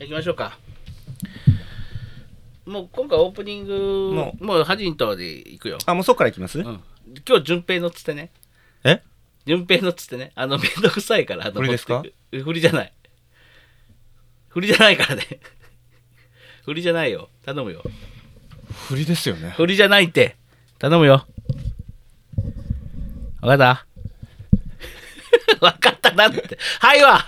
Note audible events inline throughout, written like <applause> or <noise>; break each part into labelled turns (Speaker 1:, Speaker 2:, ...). Speaker 1: 行きましょうか。もう今回オープニング、も
Speaker 2: も
Speaker 1: うハジントで行くよ。
Speaker 2: あ、もうそっからいきます、
Speaker 1: うん、今日、順平のっつってね。
Speaker 2: え
Speaker 1: 順平のっつってね。あの、めんどくさいから。あの
Speaker 2: 振りですか
Speaker 1: 持ってく振りじゃない。振りじゃないからね。 <laughs> 振りじゃないよ。頼むよ。
Speaker 2: 振りですよね。
Speaker 1: 振りじゃないって。頼むよ。わかった <laughs> わかったなって。はい
Speaker 2: <laughs>
Speaker 1: わ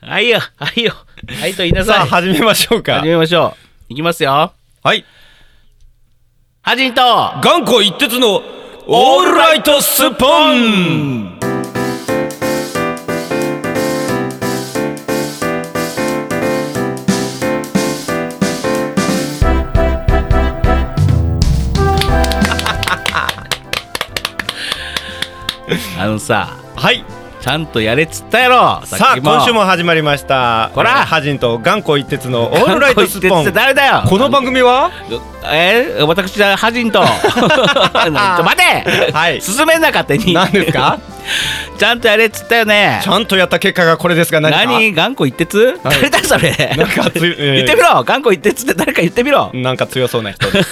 Speaker 1: はいよ、はいよ。はいと言いな
Speaker 2: さ
Speaker 1: さ
Speaker 2: あ、
Speaker 1: い。始
Speaker 2: 始めましょうか。
Speaker 1: めましょう。いきますよ。
Speaker 2: はい。
Speaker 1: はじんと
Speaker 2: 頑固一徹のオールライトスッポン
Speaker 1: あのさ、
Speaker 2: はい。
Speaker 1: ちゃんとやれっつったやろ。
Speaker 2: さあ、
Speaker 1: っき
Speaker 2: 今週も始まりました。
Speaker 1: こら
Speaker 2: えーハジンと頑固一徹のオールライトスッ
Speaker 1: <laughs>
Speaker 2: ポ
Speaker 1: 頑固一徹って
Speaker 2: ン。
Speaker 1: 誰だよ
Speaker 2: この番組は
Speaker 1: えー、私はハジ
Speaker 2: <laughs>
Speaker 1: ンとちょ待て、
Speaker 2: はい
Speaker 1: 進めんなかったに
Speaker 2: 何ですか
Speaker 1: <laughs> ちゃんとやれっつったよね
Speaker 2: ちゃんとやった結果がこれですが、何か
Speaker 1: 何頑固一徹
Speaker 2: はい
Speaker 1: 誰だそれ
Speaker 2: なんかつい、
Speaker 1: <laughs> 言
Speaker 2: え
Speaker 1: ってみろ頑固一徹って誰か言ってみろ
Speaker 2: ーなんか強そうな人です。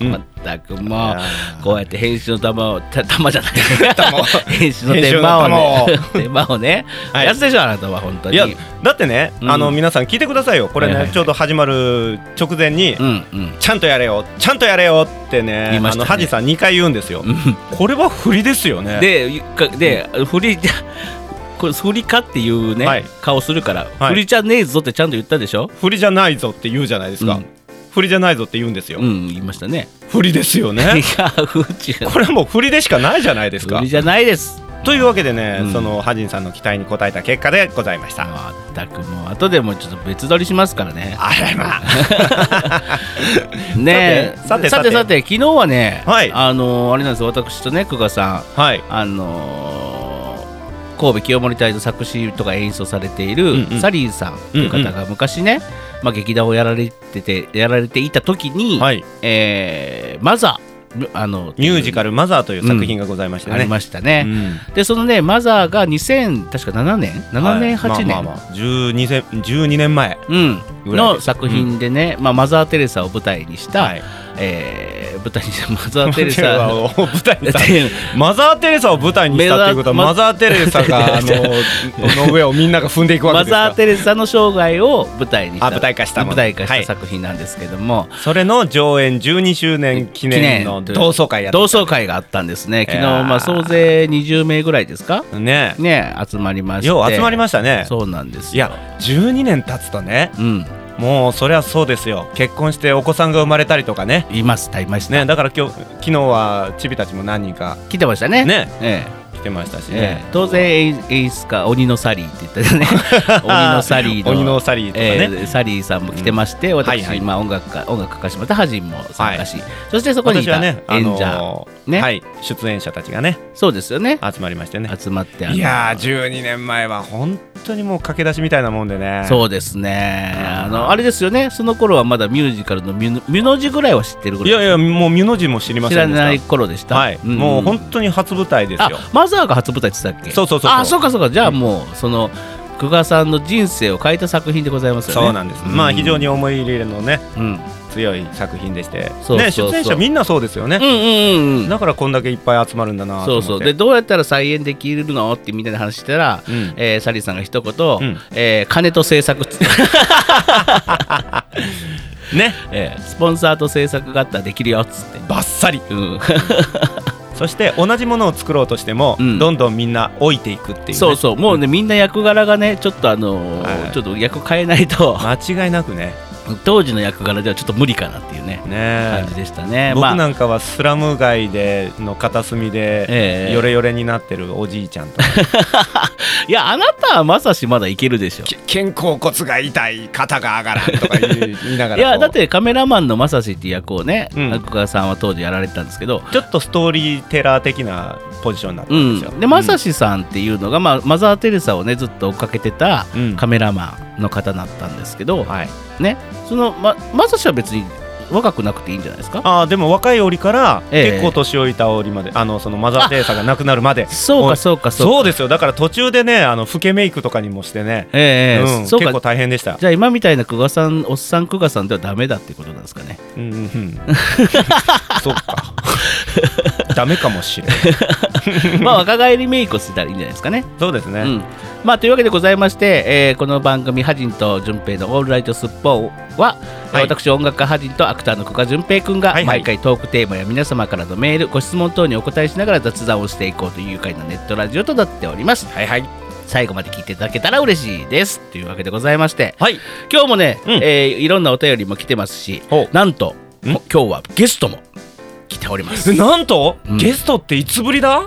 Speaker 2: うん
Speaker 1: まったくも
Speaker 2: いや
Speaker 1: うこうやって編集の玉をた玉じゃない
Speaker 2: 玉を
Speaker 1: 編集の手間をね
Speaker 2: 編
Speaker 1: 手間をね
Speaker 2: はい
Speaker 1: やつでしょあなたは本当
Speaker 2: い
Speaker 1: に
Speaker 2: や
Speaker 1: う
Speaker 2: だってね、
Speaker 1: うん
Speaker 2: あの皆さん聞いてくださいよこれね、
Speaker 1: はいはいはい
Speaker 2: ちょうど始まる直前に、
Speaker 1: んうん
Speaker 2: ちゃんとやれよちゃんとやれよってね
Speaker 1: 言いま
Speaker 2: あ
Speaker 1: したね
Speaker 2: のハジさん2回言うんですよ、これは振りですよね
Speaker 1: でゆかで振り <laughs> じゃこれ振りかっていうね、
Speaker 2: はい
Speaker 1: 顔するから、
Speaker 2: はい
Speaker 1: 振りじゃねえぞってちゃんと言ったでしょ
Speaker 2: 振りじゃないぞって言うじゃないですか、
Speaker 1: うん
Speaker 2: 振りじゃないぞって言うんですよ、
Speaker 1: うん言いましたね
Speaker 2: 振りですよ
Speaker 1: い
Speaker 2: <laughs> ね
Speaker 1: や不自由
Speaker 2: これはもう振りでしかないじゃないです
Speaker 1: 振
Speaker 2: か
Speaker 1: りじゃないです
Speaker 2: というわけでね、
Speaker 1: うん
Speaker 2: そのハジンさんの期待に応えた結果でございました、
Speaker 1: まったくもう後でもちょっと別撮りしますからね
Speaker 2: あらまあ
Speaker 1: ねえ
Speaker 2: さて
Speaker 1: さ
Speaker 2: さ
Speaker 1: て
Speaker 2: て
Speaker 1: さて昨日はね、
Speaker 2: はい
Speaker 1: あのーあれなんですよ私とね久我さん
Speaker 2: はい
Speaker 1: あのー神戸清盛隊の作詞とか演奏されてい
Speaker 2: うんう
Speaker 1: る
Speaker 2: ん
Speaker 1: サリーさんという方が昔ね、まあ、劇団をやられててやられていた時に、
Speaker 2: はい
Speaker 1: えーマザーあの
Speaker 2: ミュージカ
Speaker 1: ル
Speaker 2: ル「マザー」という作品がございましてね、
Speaker 1: ありましたね、
Speaker 2: うん
Speaker 1: でそのねマザーが2000確か7年7年8年、
Speaker 2: はいまあまあまあ、12, 年12年前
Speaker 1: うん、
Speaker 2: ぐらい
Speaker 1: の
Speaker 2: です
Speaker 1: 作品でね、まあ、マザー・テレサを舞台にした、
Speaker 2: はい
Speaker 1: えー舞台にしたマザー・テレ
Speaker 2: マザー
Speaker 1: サ <laughs>
Speaker 2: を舞台にした
Speaker 1: っていう
Speaker 2: マザー・テレサを舞台にしたっていう <laughs> ことは
Speaker 1: メザ
Speaker 2: マザー・テレサがあのの上をみんなが踏んでいくわけ
Speaker 1: マ
Speaker 2: です
Speaker 1: ザー・
Speaker 2: か
Speaker 1: テレサの生涯を舞台にした
Speaker 2: あ舞台化したも
Speaker 1: 舞
Speaker 2: の
Speaker 1: 台化
Speaker 2: は
Speaker 1: した
Speaker 2: い
Speaker 1: 作品なんですけども、
Speaker 2: それの上演12周年記念の
Speaker 1: 記念
Speaker 2: 同窓会やって
Speaker 1: 同窓会があったんですね昨日、
Speaker 2: いやー
Speaker 1: まあ、総勢20名ぐらいですか
Speaker 2: ね
Speaker 1: ね集まりまして
Speaker 2: よう集まりましたね
Speaker 1: そうなんです
Speaker 2: いや12年経つとね
Speaker 1: うん
Speaker 2: もうそりゃそうですよ結婚してお子さんが生まれたりとかね
Speaker 1: いましたいました、
Speaker 2: ねだから今日昨日はチビたちも何人か
Speaker 1: 来てましたね
Speaker 2: ね
Speaker 1: ええ
Speaker 2: 来てましたし
Speaker 1: え
Speaker 2: ね
Speaker 1: え、当然演演出家鬼のサリーって言った
Speaker 2: <laughs>
Speaker 1: よね鬼のサリーの
Speaker 2: 鬼のサリーとかね
Speaker 1: ええサリーさんも来てまして、私、
Speaker 2: はいはい
Speaker 1: まあ、音楽家音楽家かしまたハジンも参加し、そしてそこにい
Speaker 2: 私
Speaker 1: た
Speaker 2: は
Speaker 1: 演
Speaker 2: ね
Speaker 1: 者、
Speaker 2: あのー
Speaker 1: ね
Speaker 2: はい出演者たちがね
Speaker 1: そうですよね
Speaker 2: 集まりましてね
Speaker 1: 集まってあの
Speaker 2: いやー12年前は本当にもう駆け出しみたいなもんでね
Speaker 1: そうですねあのあれですよねその頃はまだミュージカルのミュミュの字ぐらいは知ってるぐらい
Speaker 2: いやいやもう美の字も知りませ
Speaker 1: 知
Speaker 2: んで
Speaker 1: ら
Speaker 2: した
Speaker 1: ない頃でした、
Speaker 2: はい、
Speaker 1: ん
Speaker 2: もう本当に初舞台ですよ
Speaker 1: あマザーが初舞台って言ってたっけ
Speaker 2: そうそうそうそう
Speaker 1: あそうかそうかじゃあもうその久我さんの人生を変えた作品でございますよね
Speaker 2: そうなんです、まあ非常に思い入れのね <laughs>
Speaker 1: うん、うん
Speaker 2: 強い作品でして
Speaker 1: そうそうそう
Speaker 2: ね出演者みんなそうですよ
Speaker 1: う
Speaker 2: ね、
Speaker 1: んうんうん
Speaker 2: だからこんだけいっぱい集まるんだなと
Speaker 1: そ
Speaker 2: 思
Speaker 1: う
Speaker 2: って
Speaker 1: そうでどうやったら再演できるのってみんなで話してたら、
Speaker 2: うん
Speaker 1: えーサリーさんが一言、
Speaker 2: ん
Speaker 1: えー金と制作っつって、
Speaker 2: ね
Speaker 1: えースポンサーと制作があったらできるよっつって、
Speaker 2: バッサリ
Speaker 1: うん、
Speaker 2: そして同じものを作ろうとしても、
Speaker 1: うん
Speaker 2: どんどんみんな老いていくっていう、ね、
Speaker 1: そうそうもうねみんな役柄がねちょっとあのー
Speaker 2: はい
Speaker 1: ちょっと役変えないと
Speaker 2: 間違いなくね
Speaker 1: 当時の役柄ではちょっと無理かなっていうね
Speaker 2: ね
Speaker 1: 感じでしたね
Speaker 2: 僕
Speaker 1: ま
Speaker 2: な
Speaker 1: あ
Speaker 2: んかはスラム街での片隅
Speaker 1: え
Speaker 2: で
Speaker 1: え
Speaker 2: ヨレヨレになってるおじいちゃんとか、
Speaker 1: いやあなたはまさしまだい <laughs> けるでしょ
Speaker 2: け肩甲骨が痛い肩が上がらんとか言い言いながら
Speaker 1: いやだっててカメラマンのまさしっていう役をね
Speaker 2: うん
Speaker 1: 角川、さんは当時やられてたんですけど
Speaker 2: ちょっとストーリーテラー的なポジションになった
Speaker 1: うん
Speaker 2: ですよ、
Speaker 1: ん、でまさしさんっていうのが、まあ、マザー・テレサをねずっと追っかけてた
Speaker 2: うん
Speaker 1: カメラマンの方だったんですけど、
Speaker 2: はい
Speaker 1: ねそのままさしは別に若くなくていいんじゃないですか
Speaker 2: ああでも若い折から
Speaker 1: ええ
Speaker 2: 結構年老いた折まで、あのそのマザー・テレサが亡くなるまで
Speaker 1: そう
Speaker 2: も
Speaker 1: かそうかそうか
Speaker 2: そうですよだから途中でねあの老けメイクとかにもしてね、
Speaker 1: ええええ
Speaker 2: うん、
Speaker 1: そう
Speaker 2: 結構
Speaker 1: か
Speaker 2: 大変でした
Speaker 1: じゃあ今みたいな久我さんおっさん久我さんではダメだってことなんですかね <laughs>
Speaker 2: うんうんうんそっかダメかもしれない
Speaker 1: まあ若返りメイクをしてたらいいんじゃないですかね。
Speaker 2: そうですね、
Speaker 1: うんまあ、というわけでございまして、えーこの番組「ハジンと淳平のオールライトスッポンは」
Speaker 2: はい
Speaker 1: 私音楽家ハジンとアクターの久我淳平君が
Speaker 2: はいはい
Speaker 1: 毎回トークテーマや皆様からのメールご質問等にお答えしながら雑談をしていこうという回のネットラジオとなっております
Speaker 2: はいはい
Speaker 1: 最後まで聞いていただけたら嬉しいですというわけでございまして
Speaker 2: はい
Speaker 1: 今日もね、
Speaker 2: うん
Speaker 1: えーいろんなお便りも来てますし
Speaker 2: ほう
Speaker 1: なんと
Speaker 2: ん
Speaker 1: 今日はゲストも来ております
Speaker 2: <laughs> えなんと、
Speaker 1: うん
Speaker 2: ゲストっていつぶりだ、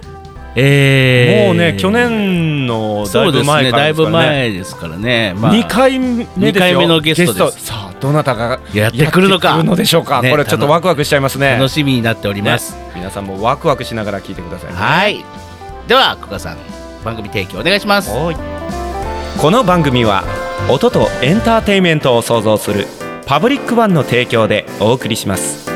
Speaker 1: えー
Speaker 2: もうね去年のだ
Speaker 1: そ
Speaker 2: いう
Speaker 1: で
Speaker 2: ぶ
Speaker 1: す
Speaker 2: 前
Speaker 1: ね、
Speaker 2: か
Speaker 1: だ
Speaker 2: ら
Speaker 1: い
Speaker 2: です
Speaker 1: ぶ
Speaker 2: からね
Speaker 1: 前ですからね、まあ、
Speaker 2: 2回目ですよ
Speaker 1: 二回目のゲストです
Speaker 2: さあどなたが
Speaker 1: やってくるのか
Speaker 2: やってくるのでしょうか、
Speaker 1: ね
Speaker 2: これちょっとワクワクしちゃいますね
Speaker 1: 楽しみになっております。
Speaker 2: ね皆さんもワクワクしながら聞いてください
Speaker 1: はい、では、久我さん、番組提供お願いします。
Speaker 2: この番組は音とエンターテインメントを創造するパブリックワンの提供でお送りします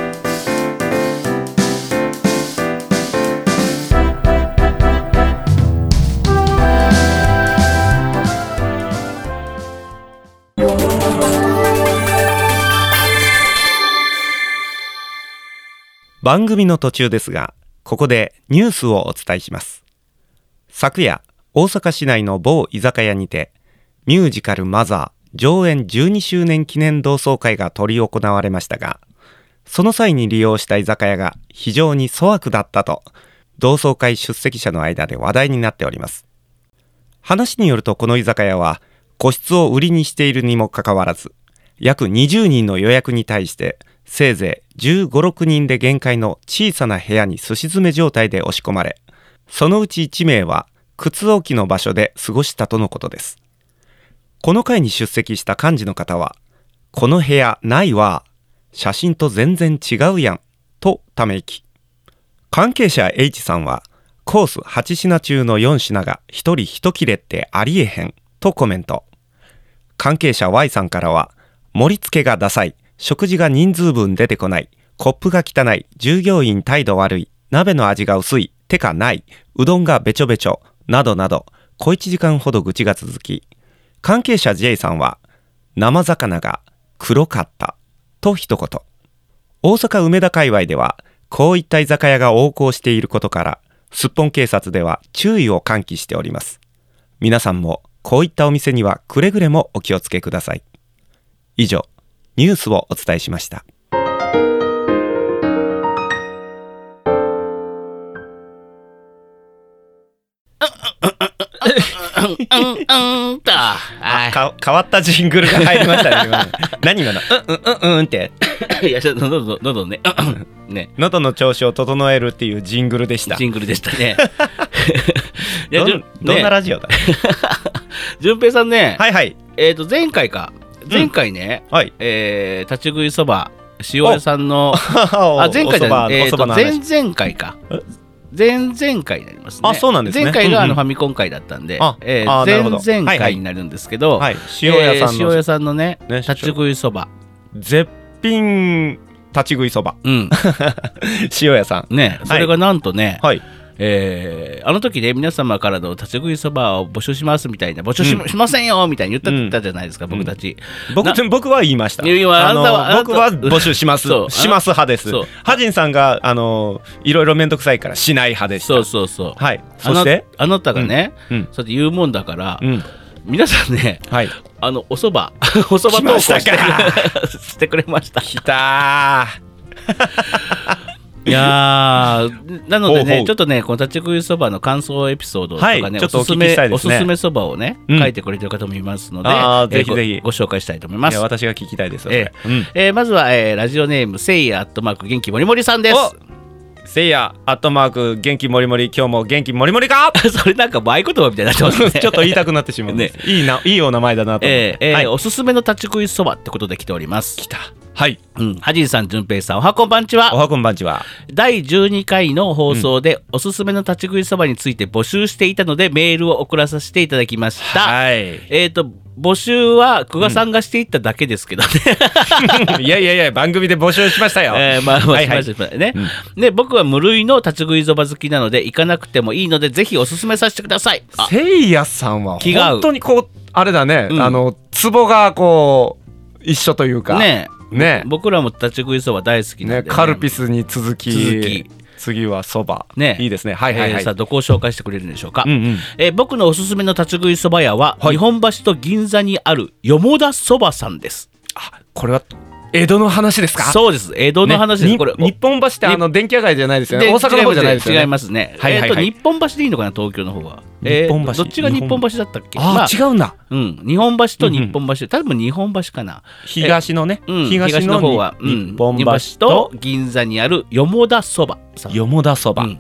Speaker 2: 番組の途中ですがここでニュースをお伝えします昨夜大阪市内の某居酒屋にてミュージカル「マザー」上演12周年記念同窓会が執り行われましたがその際に利用した居酒屋が非常に粗悪だったと同窓会出席者の間で話題になっております話によるとこの居酒屋は個室を売りにしているにもかかわらず約20人の予約に対してせいぜい1 5 6人で限界の小さな部屋にすし詰め状態で押し込まれそのうち1名は靴置きの場所で過ごしたとのことですこの会に出席した幹事の方は「この部屋ないわ写真と全然違うやん」とため息関係者 H さんは「コース8品中の4品が1人1切れってありえへん」とコメント関係者 Y さんからは「盛り付けがダサい食事が人数分出てこないコップが汚い従業員態度悪い鍋の味が薄い手かないうどんがべちょべちょ」などなど小1時間ほど愚痴が続き関係者 J さんは「生魚が黒かった」と一言大阪梅田界隈ではこういった居酒屋が横行していることからすっぽん警察では注意を喚起しております皆さんもこういったお店にはくれぐれもお気をつけください以上ニュースをお伝えしました
Speaker 1: うん、うん、と、は
Speaker 2: か変わったジングルが入りましたね
Speaker 1: <laughs>
Speaker 2: 今ね何今のうんうんうんうんって
Speaker 1: い、いや、ちょっと喉の、喉の
Speaker 2: <laughs>
Speaker 1: ね、ね、
Speaker 2: 喉の調子を整えるっていうジングルでした
Speaker 1: ジングルでした
Speaker 2: <laughs>
Speaker 1: ね。い
Speaker 2: ど
Speaker 1: や、
Speaker 2: ん
Speaker 1: じゅん
Speaker 2: どんな
Speaker 1: ね
Speaker 2: ラジオだ、
Speaker 1: 淳平さんね、
Speaker 2: はいはい
Speaker 1: えっと、前回か、前回ね、
Speaker 2: はい
Speaker 1: えー立ち食いそば、塩屋さんの。 <laughs> あ
Speaker 2: あ
Speaker 1: 前回じゃない、え
Speaker 2: お
Speaker 1: ー
Speaker 2: そ
Speaker 1: と
Speaker 2: ばの話
Speaker 1: 前々回か
Speaker 2: え。
Speaker 1: 前々回になりますね。
Speaker 2: あそうなんですね
Speaker 1: 前回があ
Speaker 2: うんう
Speaker 1: の
Speaker 2: ん
Speaker 1: ファミコン会だったんで、
Speaker 2: あ
Speaker 1: えー
Speaker 2: あーなるほど
Speaker 1: 前々
Speaker 2: はいはい
Speaker 1: 回になるんですけど、
Speaker 2: はい塩屋さん
Speaker 1: えー
Speaker 2: の、
Speaker 1: 塩屋さんのね、
Speaker 2: ね
Speaker 1: 立ち食いそば。
Speaker 2: 絶品立ち食いそ
Speaker 1: <laughs>
Speaker 2: ば
Speaker 1: うん、
Speaker 2: 塩屋さん
Speaker 1: ね、それがなんとね、
Speaker 2: はい
Speaker 1: えーあの時ね、皆様からの立ち食いそばを募集しますみたいな、募集し,、しませんよみたいに言ったって言ったじゃないですか、僕たち。
Speaker 2: 僕
Speaker 1: な
Speaker 2: でも僕は言いました。
Speaker 1: いやいやあなたはあなた
Speaker 2: 僕は募集します。し
Speaker 1: そう
Speaker 2: ます派です
Speaker 1: そう。
Speaker 2: ハジンさんがあのいろいろ面倒くさいからしない派でした。
Speaker 1: そうそうそう。
Speaker 2: はい。そして、
Speaker 1: あなあなたがね、
Speaker 2: うん
Speaker 1: そうやって言うもんだから、
Speaker 2: うん、
Speaker 1: 皆さんね、
Speaker 2: はい。
Speaker 1: あのおそば <laughs> おそば投稿して
Speaker 2: 来ま
Speaker 1: く <laughs> してくれました。
Speaker 2: き
Speaker 1: <laughs>
Speaker 2: たー。
Speaker 1: いやーなのでね
Speaker 2: ほうほう
Speaker 1: ちょっとねこの立ち食いそばの感想エピソードとかね、
Speaker 2: はいちょっと
Speaker 1: おすす
Speaker 2: お聞きし
Speaker 1: め
Speaker 2: たい
Speaker 1: お
Speaker 2: です
Speaker 1: す
Speaker 2: ね
Speaker 1: すめそばをね、
Speaker 2: うん
Speaker 1: 書いてくれてる方もいますので、
Speaker 2: あー
Speaker 1: え
Speaker 2: ぜひぜひ
Speaker 1: ごご紹介したいと思いま
Speaker 2: い
Speaker 1: す
Speaker 2: や。私が聞きたいですよ。
Speaker 1: え
Speaker 2: それうん
Speaker 1: えーまずは、えーラジオネームせいやアットマーク元気もりもりさんです。
Speaker 2: せいやアットマーク元気もりもり今日も元気もりもり
Speaker 1: <laughs>
Speaker 2: か。
Speaker 1: <laughs> それなんかもう合言葉みたいになってますね。
Speaker 2: ちょっと言いたくなってしまう。ね
Speaker 1: ね、
Speaker 2: いいないいお名前だなと思っ
Speaker 1: え
Speaker 2: て。
Speaker 1: ーえー
Speaker 2: はい。
Speaker 1: おすすめの立ち食いそばってことで来ております。
Speaker 2: 来た。
Speaker 3: はい。
Speaker 1: うん、はじいさん、じゅんぺいさん、おはこんばんちは
Speaker 2: お。はこんばんちは。
Speaker 1: 第12回の放送で、おすすめの立ち食いそばについて募集していたのでメールを送らさせていただきました、
Speaker 3: はい。
Speaker 2: <laughs>
Speaker 1: えっ、と募集は久我さんがしていっただけですけどね、
Speaker 3: いやいやいや、番組で募集しましたよ。
Speaker 1: <laughs> えーまあまあ
Speaker 3: はいはい
Speaker 1: しましたね、で僕は無類の立ち食いそば好きなので行かなくてもいいのでぜひおすすめさせてくださいあ
Speaker 3: せいやさんは
Speaker 1: 気が合う
Speaker 3: 本当にこうあれだね、
Speaker 1: うん
Speaker 3: あのツボがこう一緒というか
Speaker 1: ね
Speaker 3: ね
Speaker 1: 僕らも立ち食いそば大好きなん
Speaker 3: ね
Speaker 1: で、
Speaker 3: カルピスに続き
Speaker 1: 続き
Speaker 3: 次はそば
Speaker 1: ね
Speaker 3: いいですねはいはい
Speaker 1: え
Speaker 3: は
Speaker 1: ー
Speaker 3: い、
Speaker 1: さあどこを紹介してくれるんでしょうか、
Speaker 3: うんうん
Speaker 1: えー僕のおすすめの立ち食いそば屋は、
Speaker 3: はい
Speaker 1: 日本橋と銀座にあるよもだそばさんです
Speaker 3: あこれは江戸の話ですか
Speaker 1: そうです江戸の話です、
Speaker 3: ね
Speaker 1: これ
Speaker 3: に日本橋ってあの電気屋街じゃないですよね大阪の方じゃないですよね
Speaker 1: 違いますね、
Speaker 3: はいはいはい
Speaker 1: えーと日本橋でいいのかな東京の方は、えー
Speaker 2: 日本橋
Speaker 1: どっちが日本橋だったっけ
Speaker 3: あ、
Speaker 1: ま
Speaker 3: 違うんだ
Speaker 1: うん、日本橋と日本橋、多分日本橋かな、
Speaker 2: 東のね、
Speaker 1: うん、
Speaker 2: 東
Speaker 1: 東
Speaker 2: の
Speaker 1: の
Speaker 2: 方
Speaker 1: 方
Speaker 2: は
Speaker 1: は、、うん
Speaker 2: 日本橋と
Speaker 1: 日本橋と銀座にあるよもだそばさん
Speaker 2: よもだそば、
Speaker 1: うん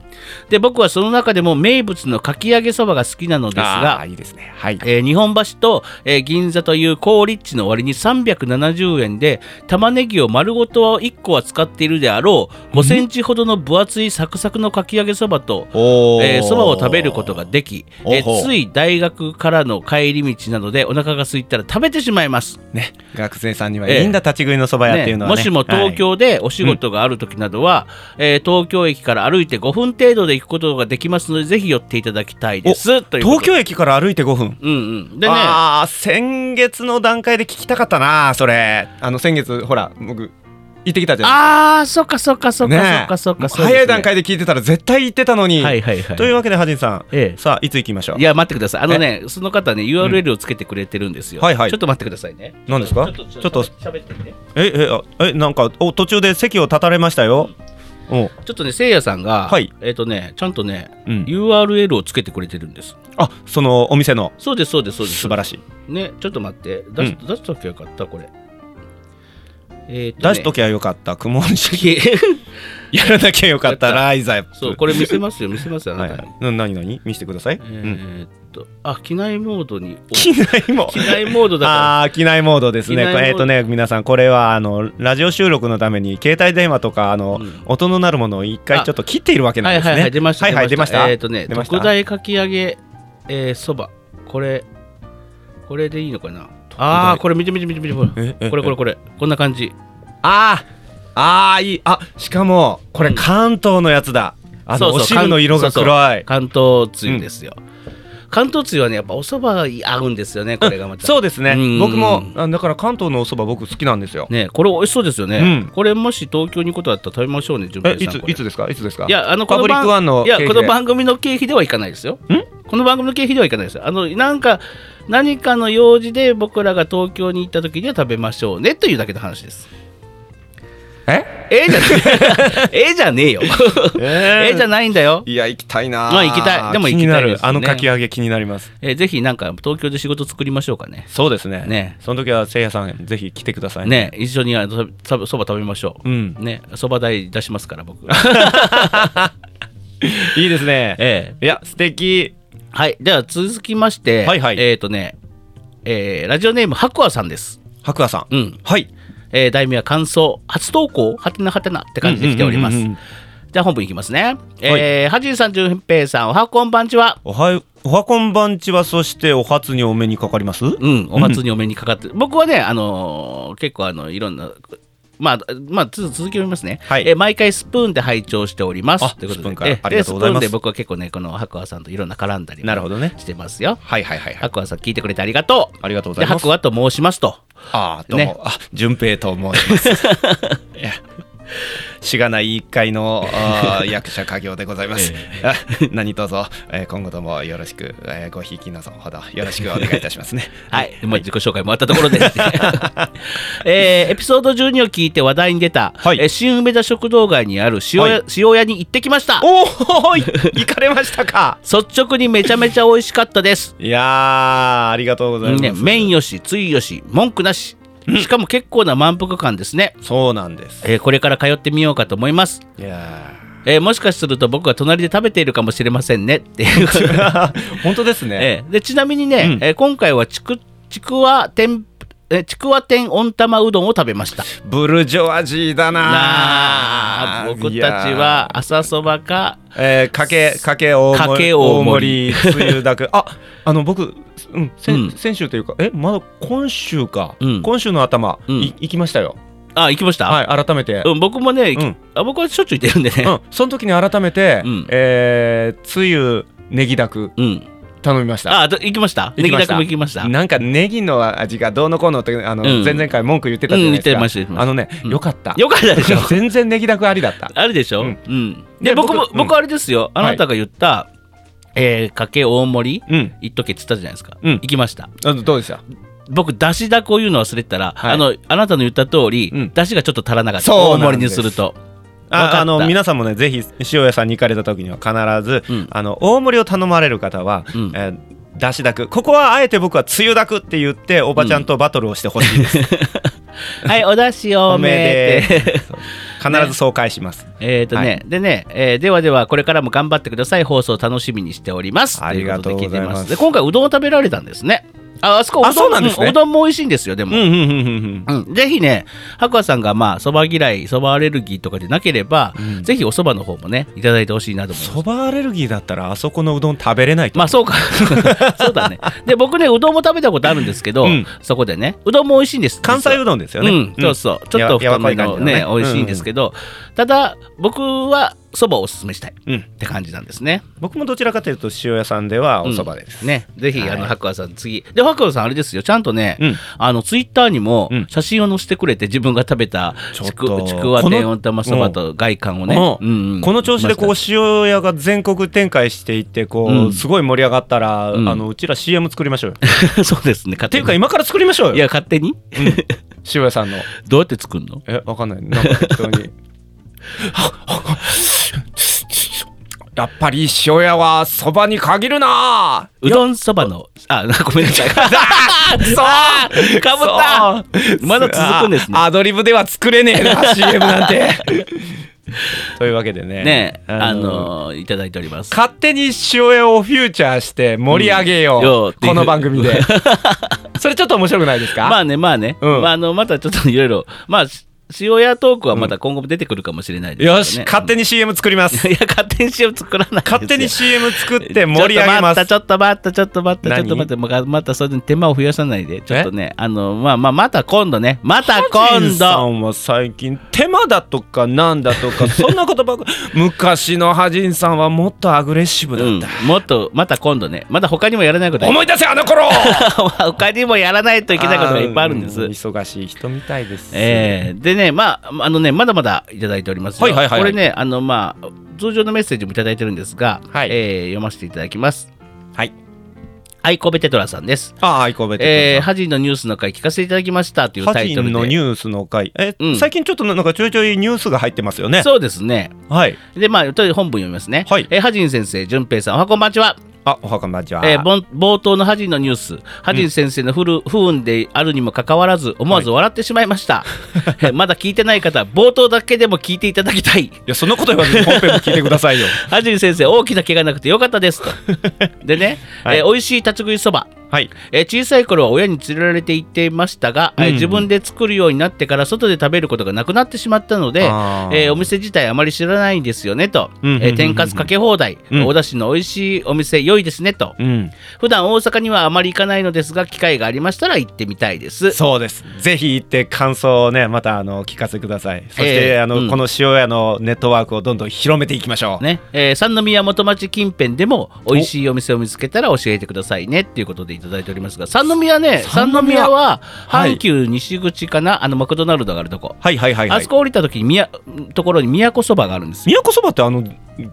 Speaker 1: で僕はその中でも名物のかき揚げそばが好きなのです
Speaker 2: ああ
Speaker 1: が
Speaker 2: いいですねはい
Speaker 1: えー日本橋と、えー銀座という高立地の割に370円で玉ねぎを丸ごと1個は使っているであろう5センチほどの分厚いサクサクのかき揚げそばと
Speaker 2: お
Speaker 1: えーそば、を食べることができ、えー
Speaker 2: おほ
Speaker 1: つい大学からの帰り道などでお腹が空いたら食べてしまいます、
Speaker 2: ね学生さんには
Speaker 1: ええ
Speaker 2: いいんだ立ち食いのそば屋っていうのは、ね
Speaker 1: もしも東京でお仕事がある時などは、えー東京駅から歩いて5分程度で行くことができますのでぜひ寄っていただきたいですと
Speaker 2: はいいう
Speaker 1: こと
Speaker 2: 東京駅から歩いて5分
Speaker 1: うんうんでね
Speaker 2: ああ先月の段階で聞きたかったなそれ
Speaker 3: あの先月ほら僕行ってきたじゃない
Speaker 1: あーそっかそっかそっかそっかそっ
Speaker 3: も
Speaker 1: か
Speaker 3: う
Speaker 1: そうですね
Speaker 3: 早い段階で聞いてたら絶対行ってたのに、
Speaker 1: はいはいはい
Speaker 2: というわけでハジンさん、
Speaker 1: ええ
Speaker 2: さあいつ行きましょう
Speaker 1: いや待ってくださいあのねその方ね URL をつけてくれてるんですよ、
Speaker 2: はいはい
Speaker 1: ちょっと待ってくださいね
Speaker 2: 何ですか
Speaker 1: ちょっと
Speaker 2: ちょっと
Speaker 1: 喋ってね
Speaker 2: ええあえなんかお途中で席を立たれましたよお
Speaker 1: ちょっとねせいやさんが、
Speaker 2: はい
Speaker 1: えっ、とねちゃんとね、
Speaker 2: うん
Speaker 1: URL をつけてくれてるんです
Speaker 2: あそのお店の
Speaker 1: そうですそうですそうです
Speaker 2: 素晴らしい
Speaker 1: ねちょっと待って出す、出すときゃよかったこれえーとね
Speaker 2: 出しときゃよかった苦悶
Speaker 1: 消
Speaker 2: 式
Speaker 1: え
Speaker 2: <laughs> やらなきゃよかった
Speaker 1: やった
Speaker 2: ライザッ
Speaker 1: <laughs>
Speaker 2: プ
Speaker 1: そうこれ見せますよ見せますよあ
Speaker 2: は
Speaker 1: ない
Speaker 2: は
Speaker 1: たに、
Speaker 2: いな何何見せてください、
Speaker 1: え
Speaker 2: うん <laughs>
Speaker 1: ーっとあ機内モードにお
Speaker 2: 機内も
Speaker 1: 機内モードだか
Speaker 2: ああー機内モードですね。
Speaker 1: 機内モード
Speaker 2: えっ、とね皆さんこれはあのラジオ収録のために携帯電話とかあの、
Speaker 1: うん
Speaker 2: 音のなるものを一回ちょっと切っているわけ
Speaker 1: ら
Speaker 2: な
Speaker 1: は
Speaker 2: ん
Speaker 1: い
Speaker 2: ですね。
Speaker 1: はいはい出ました
Speaker 2: はいはい出ました。
Speaker 1: えーっとね
Speaker 2: 出ました
Speaker 1: 特大かき揚げえーそばこれこれでいいのかなああこれ見て見て見て見てほらこ
Speaker 2: ええ
Speaker 1: れこれこれこんな感じ
Speaker 2: あーあーいいあしかもこれ
Speaker 1: うん
Speaker 2: 関東のやつだ。あの
Speaker 1: そうそう
Speaker 2: お汁の色が黒い。
Speaker 1: 関関東つゆですよ、関東つゆはねやっぱお蕎麦合うんですよねこれがまた、
Speaker 2: そうですね
Speaker 1: うん。
Speaker 2: 僕もあだから関東のおそば僕好きなんですよ。
Speaker 1: ねこれ美味しそうですよね、
Speaker 2: うん
Speaker 1: これもし東京に行くことだったら食べましょうね順
Speaker 2: え
Speaker 1: 平
Speaker 2: い
Speaker 1: さん
Speaker 2: つ
Speaker 1: これ
Speaker 2: いつですかいつですか。
Speaker 1: いやあの
Speaker 2: パブリックワンの
Speaker 1: いや
Speaker 2: 経費
Speaker 1: こ
Speaker 2: で
Speaker 1: の番組の経費ではいかないですよこの番組の経費ではいかないですよあのなんか何かの用事で僕らが東京に行った時には食べましょうねというだけの話です
Speaker 2: え
Speaker 1: ええ
Speaker 2: <laughs>
Speaker 1: じゃねえええじゃねえよええじゃないんだよ
Speaker 3: いや行きたいな
Speaker 1: まあ行きたいでも行きたい
Speaker 2: 気に
Speaker 1: で
Speaker 2: な
Speaker 1: す
Speaker 2: るあのかき揚げ気になります。
Speaker 1: えーぜひなんか東京で仕事作りましょうかね
Speaker 2: そうですね。
Speaker 1: ね
Speaker 2: その時はせいやさんぜひ来てくださいね。
Speaker 1: ね一緒にあのそばそば食べましょう、
Speaker 2: うん
Speaker 1: ねそば代出しますから僕
Speaker 2: いいですね。
Speaker 1: <laughs> ええ
Speaker 2: いや素敵。
Speaker 1: はいでは続きまして
Speaker 2: はいはい
Speaker 1: えっ、とねえーラジオネーム白亜さんです
Speaker 2: 白亜さん。
Speaker 1: うん
Speaker 2: はい。
Speaker 1: えー題名は感想初投稿はてなはてなって感じで来ております、
Speaker 2: うんうんうんうん
Speaker 1: じゃあ本文いきますね、えーはじいさんじゅんぺいさんおはこんばんちは
Speaker 2: おはようおはこんばんちはそしてお初にお目にかかります。
Speaker 1: うんお初にお目にかかって、僕はねあのー結構あのいろんなまあ、まあ、つ続きを読みますね、
Speaker 2: はい
Speaker 1: えー毎回スプーンで拝聴しております
Speaker 2: あ
Speaker 1: ということで
Speaker 2: スプーンから
Speaker 1: えー
Speaker 2: ありがとうございます
Speaker 1: でスプーンで僕は結構ねこの白亜さんといろんな絡んだりも
Speaker 2: なるほどね
Speaker 1: してますよ
Speaker 2: はいはいはいはい。
Speaker 1: 白亜さん聞いてくれてありがとう
Speaker 2: ありがとうご
Speaker 1: で
Speaker 2: ざいます
Speaker 1: 白。亜と申しますと
Speaker 2: ああどうも、
Speaker 1: ね
Speaker 2: あ順平と申し <laughs> ます。いやしがない一回のあ <laughs> ー役者家業でございます。あ何卒、えー今後ともよろしく、えーごひいきなぞほどよろしくお願いいたしますね。
Speaker 1: はい、もう自己紹介もあったところで、 <laughs> えーエピソード12を聞いて話題に出た、
Speaker 2: はい
Speaker 1: えー新梅田食堂街にある塩屋,、
Speaker 2: はい
Speaker 1: 塩屋に行ってきました
Speaker 2: <laughs> おおい行かれましたか。
Speaker 1: 率直にめちゃめちゃ美味しかった
Speaker 2: <laughs>
Speaker 1: です、
Speaker 2: いやーありがとうございます。
Speaker 1: ね、麺よしつゆよし文句なししかも結構な満腹感ですね、
Speaker 2: そうなんです。
Speaker 1: えーこれから通ってみようかと思います、
Speaker 2: いや
Speaker 1: えーもしかすると僕は隣で食べているかもしれませんねっていうことで
Speaker 2: <laughs> ー本当ですね。
Speaker 1: ええでちなみにね、
Speaker 2: うん
Speaker 1: えー今回はちくちくわ天えちくわ天温玉うどんを食べました
Speaker 2: ブルジョワジーだ
Speaker 1: なあ
Speaker 2: な
Speaker 1: 僕たちは朝そばか
Speaker 2: えー、かけ、かけ大盛り。
Speaker 1: かけ大盛
Speaker 2: り。つゆだけ。 <laughs> あ、あの、僕、うん、先
Speaker 1: うん
Speaker 2: 先週というか、え、まだ今週か。
Speaker 1: うん
Speaker 2: 今週の頭、
Speaker 1: うん
Speaker 2: い行きましたよ。
Speaker 1: あ行きました、
Speaker 2: はい、改めて。
Speaker 1: うん、僕もね、
Speaker 2: うん
Speaker 1: あ僕はしょっちゅう行ってるんで
Speaker 2: う
Speaker 1: ね
Speaker 2: ん、その時に改めて、
Speaker 1: うん
Speaker 2: えー、つゆ、ネギだく、
Speaker 1: うん、
Speaker 2: 頼みました。
Speaker 1: ああと行きました
Speaker 2: 行き
Speaker 1: ネギ
Speaker 2: ま
Speaker 1: ダ
Speaker 2: した
Speaker 1: コも行きました
Speaker 2: なんかネギの味がどうのこうのってあの、
Speaker 1: うん
Speaker 2: 前々回文句言ってたじゃないですか、
Speaker 1: うん言ってました言ってました
Speaker 2: あのね、
Speaker 1: うん
Speaker 2: よかった
Speaker 1: よかったで
Speaker 2: <laughs>
Speaker 1: しょ
Speaker 2: 全然ネギだくありだった
Speaker 1: あるでしょ、う
Speaker 2: うんん
Speaker 1: で
Speaker 2: で
Speaker 1: 僕も
Speaker 2: 僕うん
Speaker 1: 僕あれですよ、あなたが言った、えーかけ大盛り
Speaker 2: うん
Speaker 1: 行っとけっつったじゃないですか、
Speaker 2: うん
Speaker 1: 行きました
Speaker 2: あのどうでした
Speaker 1: 僕だしだこ言うの忘れてたら、
Speaker 2: はい
Speaker 1: あのあなたの言った通り、
Speaker 2: うん
Speaker 1: だしがちょっと足らなかった
Speaker 2: そ
Speaker 1: 大
Speaker 2: うな
Speaker 1: 盛
Speaker 2: ん
Speaker 1: り
Speaker 2: で
Speaker 1: に
Speaker 2: す
Speaker 1: するとわかった
Speaker 2: ああの皆さんもねぜひ塩屋さんに行かれた時には必ず、
Speaker 1: うん
Speaker 2: あの大盛りを頼まれる方は、
Speaker 1: うん
Speaker 2: えーだしだくここはあえて僕はつゆだくって言っておばちゃんとバトルをしてほしいです、
Speaker 1: はい <laughs> おだし多
Speaker 2: おめ
Speaker 1: めって
Speaker 2: で必ずそう返します、
Speaker 1: <laughs> えーとね、
Speaker 2: は
Speaker 1: でね、えーではではこれからも頑張ってください放送楽しみにしております
Speaker 2: ありがとうございます
Speaker 1: とうことで聞てで今回うどんを食べられたんですねああそこうどん
Speaker 2: あそうなんですね
Speaker 1: うどんも美味しいんですよで
Speaker 2: う
Speaker 1: も、
Speaker 2: んうんうんうん
Speaker 1: うん、ぜひね、白亜さんがまあそば嫌い、そばアレルギーとかでなければ、
Speaker 2: うん
Speaker 1: ぜひおそばの方もね、いただいてほしいなと思います。
Speaker 2: そばアレルギーだったらあそこのうどん食べれないと
Speaker 1: まあそうか <laughs> そうだねで僕ねうどんも食べたことあるんですけど、
Speaker 2: うん
Speaker 1: そこでねうどんも美味しいんです
Speaker 2: 関西
Speaker 1: う
Speaker 2: うどんです
Speaker 1: ど
Speaker 2: よね、
Speaker 1: うん、そうそうちょっと太
Speaker 2: やわか
Speaker 1: め
Speaker 2: い感
Speaker 1: の
Speaker 2: じの
Speaker 1: ね
Speaker 2: ね
Speaker 1: 美味しいんですけど、ただ僕はそばをおすすめしたいっ
Speaker 2: うん
Speaker 1: て感じなんですね
Speaker 2: 僕もどちらかというと塩屋さんではおそばです、
Speaker 1: ねぜひ、あの
Speaker 2: はい
Speaker 1: 白亜さん次で白亜さんあれですよちゃんとね、
Speaker 2: うん
Speaker 1: あのツイッターにも
Speaker 2: うん
Speaker 1: 写真を載せてくれて自分が食べた
Speaker 2: ちょ
Speaker 1: ち
Speaker 2: っ
Speaker 1: く
Speaker 2: と
Speaker 1: ちくわ
Speaker 2: この
Speaker 1: 天温玉そばと外観をね、
Speaker 2: うん
Speaker 1: うんうん
Speaker 2: この調子でこう塩屋が全国展開していってこう、
Speaker 1: うん
Speaker 2: すごい盛り上がったら、
Speaker 1: うん
Speaker 2: あのうちら CM 作りましょう <laughs> よ。
Speaker 1: そうですね勝
Speaker 2: って
Speaker 1: 手
Speaker 2: いう
Speaker 1: に
Speaker 2: か今から作りましょう
Speaker 1: い
Speaker 2: よ
Speaker 1: や勝手に
Speaker 2: 塩屋さんの。
Speaker 1: どうやって作るの
Speaker 2: えわかんないなんか適当に。 <laughs> やっぱり塩屋はそばに限るな
Speaker 1: うどんそばのあ <laughs> ごめんなさい
Speaker 2: あ
Speaker 1: そうかぶったまだ続くんですね
Speaker 2: アドリブでは作れねえな CM なんて。 <laughs> というわけでね
Speaker 1: ねあのいただいております
Speaker 2: 勝手に塩屋をフューチャーして盛り上げよ
Speaker 1: うんよって
Speaker 2: う、
Speaker 1: いう
Speaker 2: この番組 <laughs> でそれちょっと面白くないですか、
Speaker 1: まあねまあね、
Speaker 2: うん
Speaker 1: まあ、あのまたちょっといろいろまあし塩屋トークはまた今後も出てくるかもしれないですけどね、
Speaker 2: よし勝手に CM 作ります <laughs>
Speaker 1: うんいや勝手に塩作らないですよ
Speaker 2: 勝手に CM 作って盛り上げます
Speaker 1: ちょっと待ったちょっと待ったちょっと待ったちょっ
Speaker 2: 何
Speaker 1: と待ってまたまたそれで手間を増やさないでちょっとねあのまあまあまた今度ねまた
Speaker 2: パチン
Speaker 1: 今
Speaker 2: さ
Speaker 1: 度
Speaker 2: んは最近手間だとかなんだと <laughs> かそんなことばっか昔のハジンさんはもっとアグレッシブだ
Speaker 1: うん
Speaker 2: った、、
Speaker 1: もっとまた今度ねまた他にもやらないこと
Speaker 2: <laughs> 思い出せあの頃
Speaker 1: <laughs> 他にもやらないといけないことがいっぱいあるんで
Speaker 2: あー
Speaker 1: す
Speaker 2: う。忙しい人みたいです
Speaker 1: えーでねまああのねまだまだいただいておりますよ
Speaker 2: はいはいはい
Speaker 1: こ
Speaker 2: は
Speaker 1: れ
Speaker 2: い
Speaker 1: ねあのまあ通常のメッセージもいただいてるんですが、
Speaker 2: はい
Speaker 1: えー読ませていただきます。
Speaker 2: はい
Speaker 1: アイコベテトラさんです。
Speaker 2: ああアイコベ
Speaker 1: えー、
Speaker 2: テ
Speaker 1: ハジンのニュースの回聞かせていただきましたというタ
Speaker 2: ハ
Speaker 1: イ
Speaker 2: ジ
Speaker 1: トル
Speaker 2: ン
Speaker 1: で。
Speaker 2: のニュースの回え、
Speaker 1: うん
Speaker 2: 最近ちょっとなんかちょいちょいニュースが入ってますよね
Speaker 1: そうですね。
Speaker 2: はい
Speaker 1: で、まあ、とりあえず本文読みますね。
Speaker 2: はい
Speaker 1: えー、ハジン先生、淳平さん、おはこんばんちは。
Speaker 2: あおはこんばんちは、
Speaker 1: えーぼん冒頭のハジンのニュース、ハジン先生の不る不運であるにもかかわらず、思わず笑ってしまいま
Speaker 2: <laughs>
Speaker 1: した。えーまだ聞いてない方、冒頭だけでも聞いていただきたい。
Speaker 2: いやそんなこと言わずに本編も聞いてくださいよ
Speaker 1: ハジン先生、大きな怪我なくてよかったです
Speaker 2: <laughs>
Speaker 1: と。でね、
Speaker 2: はい
Speaker 1: えー美味しい立ち食いそば。
Speaker 2: <laughs> はい
Speaker 1: えー小さい頃は親に連れられて行っていましたが、えー
Speaker 2: うん
Speaker 1: 自分で作るようになってから外で食べることがなくなってしまったので、
Speaker 2: あー
Speaker 1: えーお店自体あまり知らないんですよねと、
Speaker 2: うんうんうんう
Speaker 1: え
Speaker 2: ん
Speaker 1: ー天かすかけ放題、
Speaker 2: うん
Speaker 1: お出汁の美味しいお店良いですねと、
Speaker 2: うん
Speaker 1: 普段大阪にはあまり行かないのですが機会がありましたら行ってみたいです
Speaker 2: そうですぜひ行って感想をねまたあの聞かせてくださいそして、
Speaker 1: えー
Speaker 2: あの
Speaker 1: うん
Speaker 2: この塩屋のネットワークをどんどん広めていきましょう、
Speaker 1: ねえー三宮元町近辺でも美味しいお店を見つけたら教えてくださいねっていうことでいただいておりますが三宮ね三
Speaker 2: 三
Speaker 1: 宮
Speaker 2: 宮
Speaker 1: は
Speaker 2: はい
Speaker 1: 阪急西口かな、あのマクドナルドがあるとこ、
Speaker 2: はいはいはいは
Speaker 1: あ
Speaker 2: い
Speaker 1: そこ降りた時に宮ところに宮古そばがあるんですよ
Speaker 2: 宮古そばってあの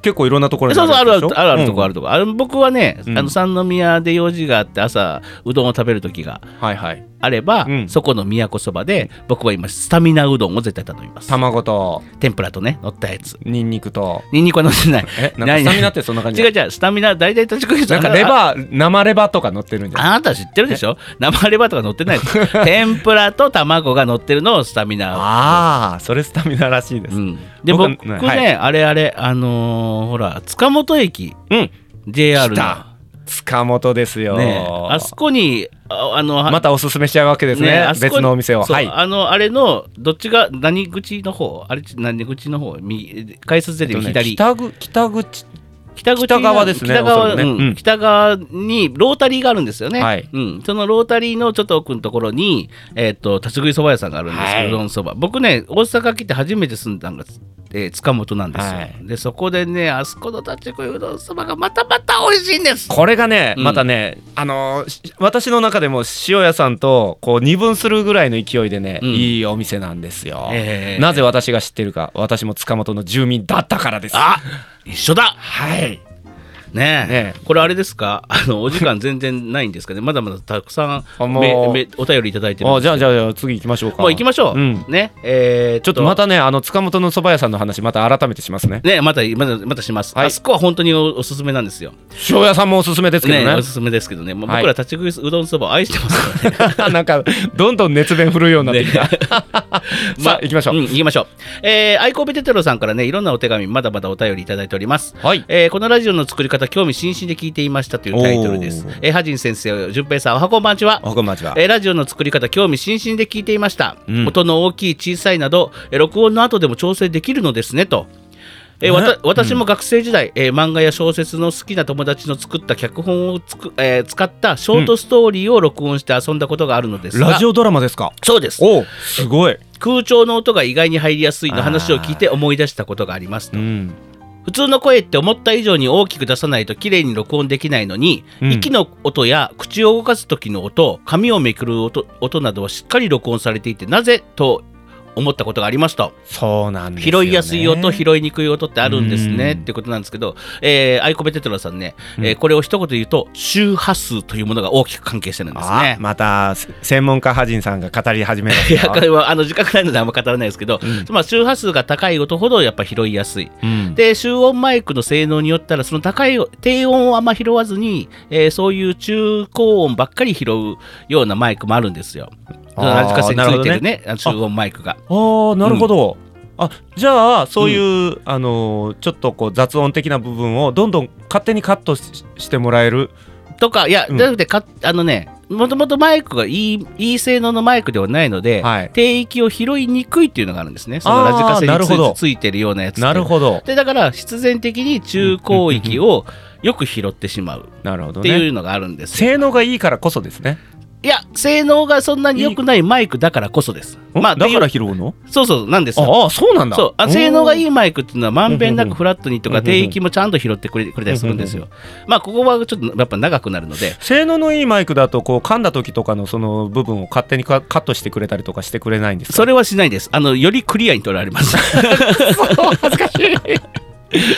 Speaker 2: 結構いろんなところに
Speaker 1: そうそうあるあ
Speaker 2: やつで
Speaker 1: る
Speaker 2: しょ
Speaker 1: あるあるとこあ
Speaker 2: うん
Speaker 1: るとこ、あの僕はね、
Speaker 2: うん
Speaker 1: あの三宮で用事があって朝うどんを食べる時が
Speaker 2: はいはい
Speaker 1: あれば、
Speaker 2: うん
Speaker 1: そこの宮古そばで僕は今スタミナうどんを絶対頼みます
Speaker 2: 卵と
Speaker 1: 天ぷらとね乗ったやつ
Speaker 2: ニンニクと
Speaker 1: ニンニクは乗ってない
Speaker 2: えなんか
Speaker 1: 何
Speaker 2: スタミナってそんな感
Speaker 1: <laughs>
Speaker 2: じ
Speaker 1: 違う違うスタミナ大体立ち食いそ
Speaker 2: な
Speaker 1: ば
Speaker 2: んかレバー生レバーとか乗ってるんじゃない
Speaker 1: あなた知ってるでしょ生レバーとか乗ってないです
Speaker 2: <laughs>
Speaker 1: 天ぷらと卵が乗ってるのをスタミナ
Speaker 2: ああそれスタミナらしいです、
Speaker 1: うん、で僕
Speaker 2: 僕
Speaker 1: ね、
Speaker 2: はい
Speaker 1: あれあれあのーほら塚本駅
Speaker 2: うん
Speaker 1: JR の
Speaker 2: 来た塚本ですよ、
Speaker 1: ねあそこにああのは
Speaker 2: またおすすめしちゃうわけですね
Speaker 1: あそこに
Speaker 2: 別のお店を
Speaker 1: そう
Speaker 2: はい
Speaker 1: あのあれのどっちが何口の方あれ何口の方右改札出て
Speaker 2: えっとね
Speaker 1: 左、
Speaker 2: 北ぐ北口
Speaker 1: 北口
Speaker 2: 北側ですね
Speaker 1: 北側,、
Speaker 2: おそらくね
Speaker 1: うん
Speaker 2: うん
Speaker 1: 北側にロータリーがあるんですよね、
Speaker 2: はい
Speaker 1: うん、そのロータリーのちょっと奥のところに、えっと立ち食いそば屋さんがあるんですけど、
Speaker 2: はいう
Speaker 1: どんそば僕ね大阪来て初めて住んだのが、えー塚本なんですよ、
Speaker 2: はい
Speaker 1: でそこでねあそこの立ち食いうどんそばがまたまた美味しいんです
Speaker 2: これがね、
Speaker 1: うん
Speaker 2: またね、あのーし私の中でも塩屋さんとこう二分するぐらいの勢いでね、
Speaker 1: うん
Speaker 2: いいお店なんですよ、
Speaker 1: ええ
Speaker 2: なぜ私が知ってるか、私も塚本の住民だったからです。
Speaker 1: あ一緒だ
Speaker 2: はい、
Speaker 1: ねえ
Speaker 2: ね
Speaker 1: これあれですかあのお時間全然ないんですかねまだまだたくさ
Speaker 2: あ
Speaker 1: ん
Speaker 2: もう
Speaker 1: めめお便りいただいてるんで
Speaker 2: あ
Speaker 1: す
Speaker 2: じゃあじゃあじゃあ次行きましょうか。
Speaker 1: もう行きましょう、
Speaker 2: うん
Speaker 1: ねえー
Speaker 2: ちょっとまたねあの塚本の蕎麦屋さんの話また改めてしますね。
Speaker 1: ねまたまたまたします、
Speaker 2: はい
Speaker 1: あそこは本当におおすすめなんですよ
Speaker 2: 塩屋さんもおすすめですけど
Speaker 1: ね
Speaker 2: ね。
Speaker 1: おすすめですけどね、もう
Speaker 2: はい
Speaker 1: 僕ら立ち食いうどんそばを愛してますからね
Speaker 2: <laughs> なんかどんどん熱弁振るうよ <laughs> うになってきた。 <laughs> さあ
Speaker 1: <laughs> ま
Speaker 2: 行きましょう。
Speaker 1: ん行きましょうえー愛神戸テトロさんからねいろんなお手紙まだまだお便りいただいております
Speaker 2: はい。
Speaker 1: えーこのラジオの作り方興味津々で聞いていましたというタイトルです
Speaker 2: おー
Speaker 1: えーハジン先生順平さんおはこんばんちは
Speaker 2: こんばんちは
Speaker 1: えーラジオの作り方興味津々で聞いていました、
Speaker 2: うん
Speaker 1: 音の大きい小さいなどえー録音の後でも調整できるのですねと。えーわた私も学生時代、えー漫画や小説の好きな友達の作った脚本をつく、えー使ったショートストーリーを録音して遊んだことがあるのですが、
Speaker 2: ラジオドラマですか。
Speaker 1: そうです
Speaker 2: おおすごい。
Speaker 1: 空調の音が意外に入りやすいの話を聞いて思い出したことがありますと
Speaker 2: うん。
Speaker 1: 普通の声って思った以上に大きく出さないと綺麗に録音できないのに、
Speaker 2: うん
Speaker 1: 息の音や口を動かす時の音髪をめくる音音などはしっかり録音されていてなぜと思ったことがありました
Speaker 2: そうなんですよ、ね。
Speaker 1: 拾いやすい音拾いにくい音ってあるんですね
Speaker 2: うん
Speaker 1: ってことなんですけど、えー、アイコベテトラさんね、えーこれを一言で言うと周波数というものが大きく関係してるんです
Speaker 2: あ
Speaker 1: ね。
Speaker 2: またせ専門家派人さんが語り始めま
Speaker 1: い
Speaker 2: し
Speaker 1: や
Speaker 2: た
Speaker 1: これはあの自覚ないのであんま語らないですけど、まあ、周波数が高い音ほどやっぱ拾いやすい、
Speaker 2: うん
Speaker 1: で集音マイクの性能によったらその高い低音をあんま拾わずに、えーそういう中高音ばっかり拾うようなマイクもあるんですよ。
Speaker 2: あー
Speaker 1: ラジカセについて
Speaker 2: なる
Speaker 1: る
Speaker 2: ほど
Speaker 1: ねあの集音マイクが。
Speaker 2: ああなるほど、あじゃあそういう、あのーちょっとこう雑音的な部分をどんどん勝手にカットししてもらえる
Speaker 1: とかいや、
Speaker 2: うん
Speaker 1: だってかあのねもともとマイクがいいいい性能のマイクではないので、
Speaker 2: はい
Speaker 1: 低域を拾いにくいっていうのがあるんですねそのラジカセ
Speaker 2: あーなるほ
Speaker 1: に
Speaker 2: ど
Speaker 1: つついてるようなやつって
Speaker 2: なるほど
Speaker 1: でだから必然的に中高域をよく拾ってしまう
Speaker 2: なるほど
Speaker 1: ってい
Speaker 2: ね
Speaker 1: うのがあるんですよ
Speaker 2: 性能がいいからこそですね
Speaker 1: いや性能がそんなに良くないマイクだからこそです。
Speaker 2: まあ
Speaker 1: って
Speaker 2: だ
Speaker 1: いう
Speaker 2: から拾うの
Speaker 1: そうそうなんですよ。
Speaker 2: ああそうなんだ
Speaker 1: そうあ性能がい
Speaker 2: い
Speaker 1: いマイクっていうのはまんべんなくフラットにと
Speaker 2: うん
Speaker 1: か
Speaker 2: うんうん
Speaker 1: 低域もちゃんと拾ってくれくれたりするんですよ。まあここはちょっとやっぱ長くなるので。
Speaker 2: 性能のいいマイクだとこう噛んだ時とかのその部分を勝手にカカットしてくれたりとかしてくれないんですか
Speaker 1: それはしないです。あのよりクリアに取られます。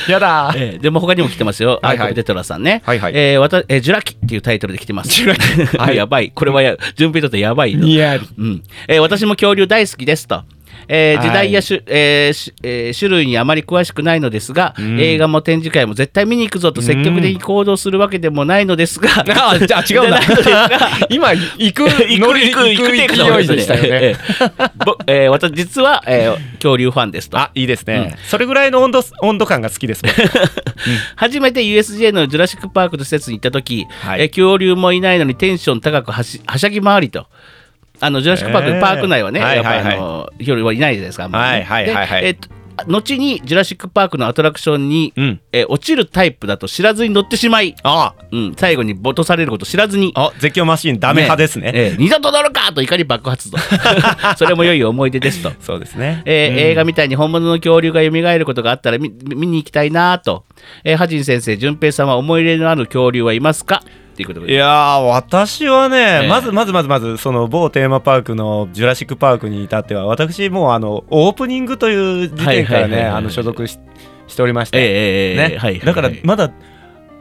Speaker 2: やだ
Speaker 1: ええでも他にも来てますよ。
Speaker 2: はいはい
Speaker 1: アイコブテトラさんね。
Speaker 2: はいはい
Speaker 1: えーわたえージュラキっていうタイトルで来てます。ジュラキ。
Speaker 2: はい
Speaker 1: <laughs> やばい。これはや順平だとやばいよ。
Speaker 2: いや
Speaker 1: うんえー私も恐竜大好きですと。えー
Speaker 2: はい
Speaker 1: 時代や種,、えーしえー種類にあまり詳しくないのですが、
Speaker 2: ん
Speaker 1: 映画も展示会も絶対見に行くぞと積極的に行動するわけでもないのですが、
Speaker 2: <laughs> あじゃあ違う
Speaker 1: じゃ
Speaker 2: な
Speaker 1: ないのです
Speaker 2: <laughs>
Speaker 1: が
Speaker 2: 今行く
Speaker 1: 行
Speaker 2: ノ
Speaker 1: く
Speaker 2: リ
Speaker 1: 行く行く
Speaker 2: 勢
Speaker 1: テ
Speaker 2: い
Speaker 1: クノ
Speaker 2: でしたよね
Speaker 1: えーぼえー私実は、えー恐竜ファンですと
Speaker 2: あいいですね、それぐらいの温度温度感が好きです僕
Speaker 1: 初めて USJ のジュラシック・パークの施設に行った時、
Speaker 2: はい
Speaker 1: えー恐竜もいないのにテンション高くはしはしゃぎ回りと。あのジュラシック・パーク、
Speaker 2: えー
Speaker 1: パーク内はね、
Speaker 2: はいはいはい
Speaker 1: やっぱりあの恐竜はいないじゃないですか、あんまりね
Speaker 2: はいはいはいはい
Speaker 1: でえーと後にジュラシック・パークのアトラクションに、
Speaker 2: うん
Speaker 1: えー落ちるタイプだと知らずに乗ってしまい、
Speaker 2: あ
Speaker 1: うん、最後にボトされること知らずに。
Speaker 2: あ絶叫マシンダメ派ですね
Speaker 1: えー二度と乗るかと怒り爆発と <laughs> それも良い思い出ですと
Speaker 2: そうですね
Speaker 1: えー映画みたいに本物の恐竜が蘇ることがあったら見見に行きたいなと、えー、ハジン先生、淳平さんは思い入れのある恐竜はいますかっていうこと
Speaker 2: い
Speaker 1: で
Speaker 2: やー私はね、
Speaker 1: ええ
Speaker 2: まずまずまずまずその某テーマパークのジュラシック・パークに至っては私もうあのオープニングという時点から
Speaker 1: はいはいはい
Speaker 2: ね
Speaker 1: はい
Speaker 2: あの所属ししておりまし
Speaker 1: えー
Speaker 2: て、
Speaker 1: えーえー
Speaker 2: ね
Speaker 1: はいはいはい
Speaker 2: だからまだ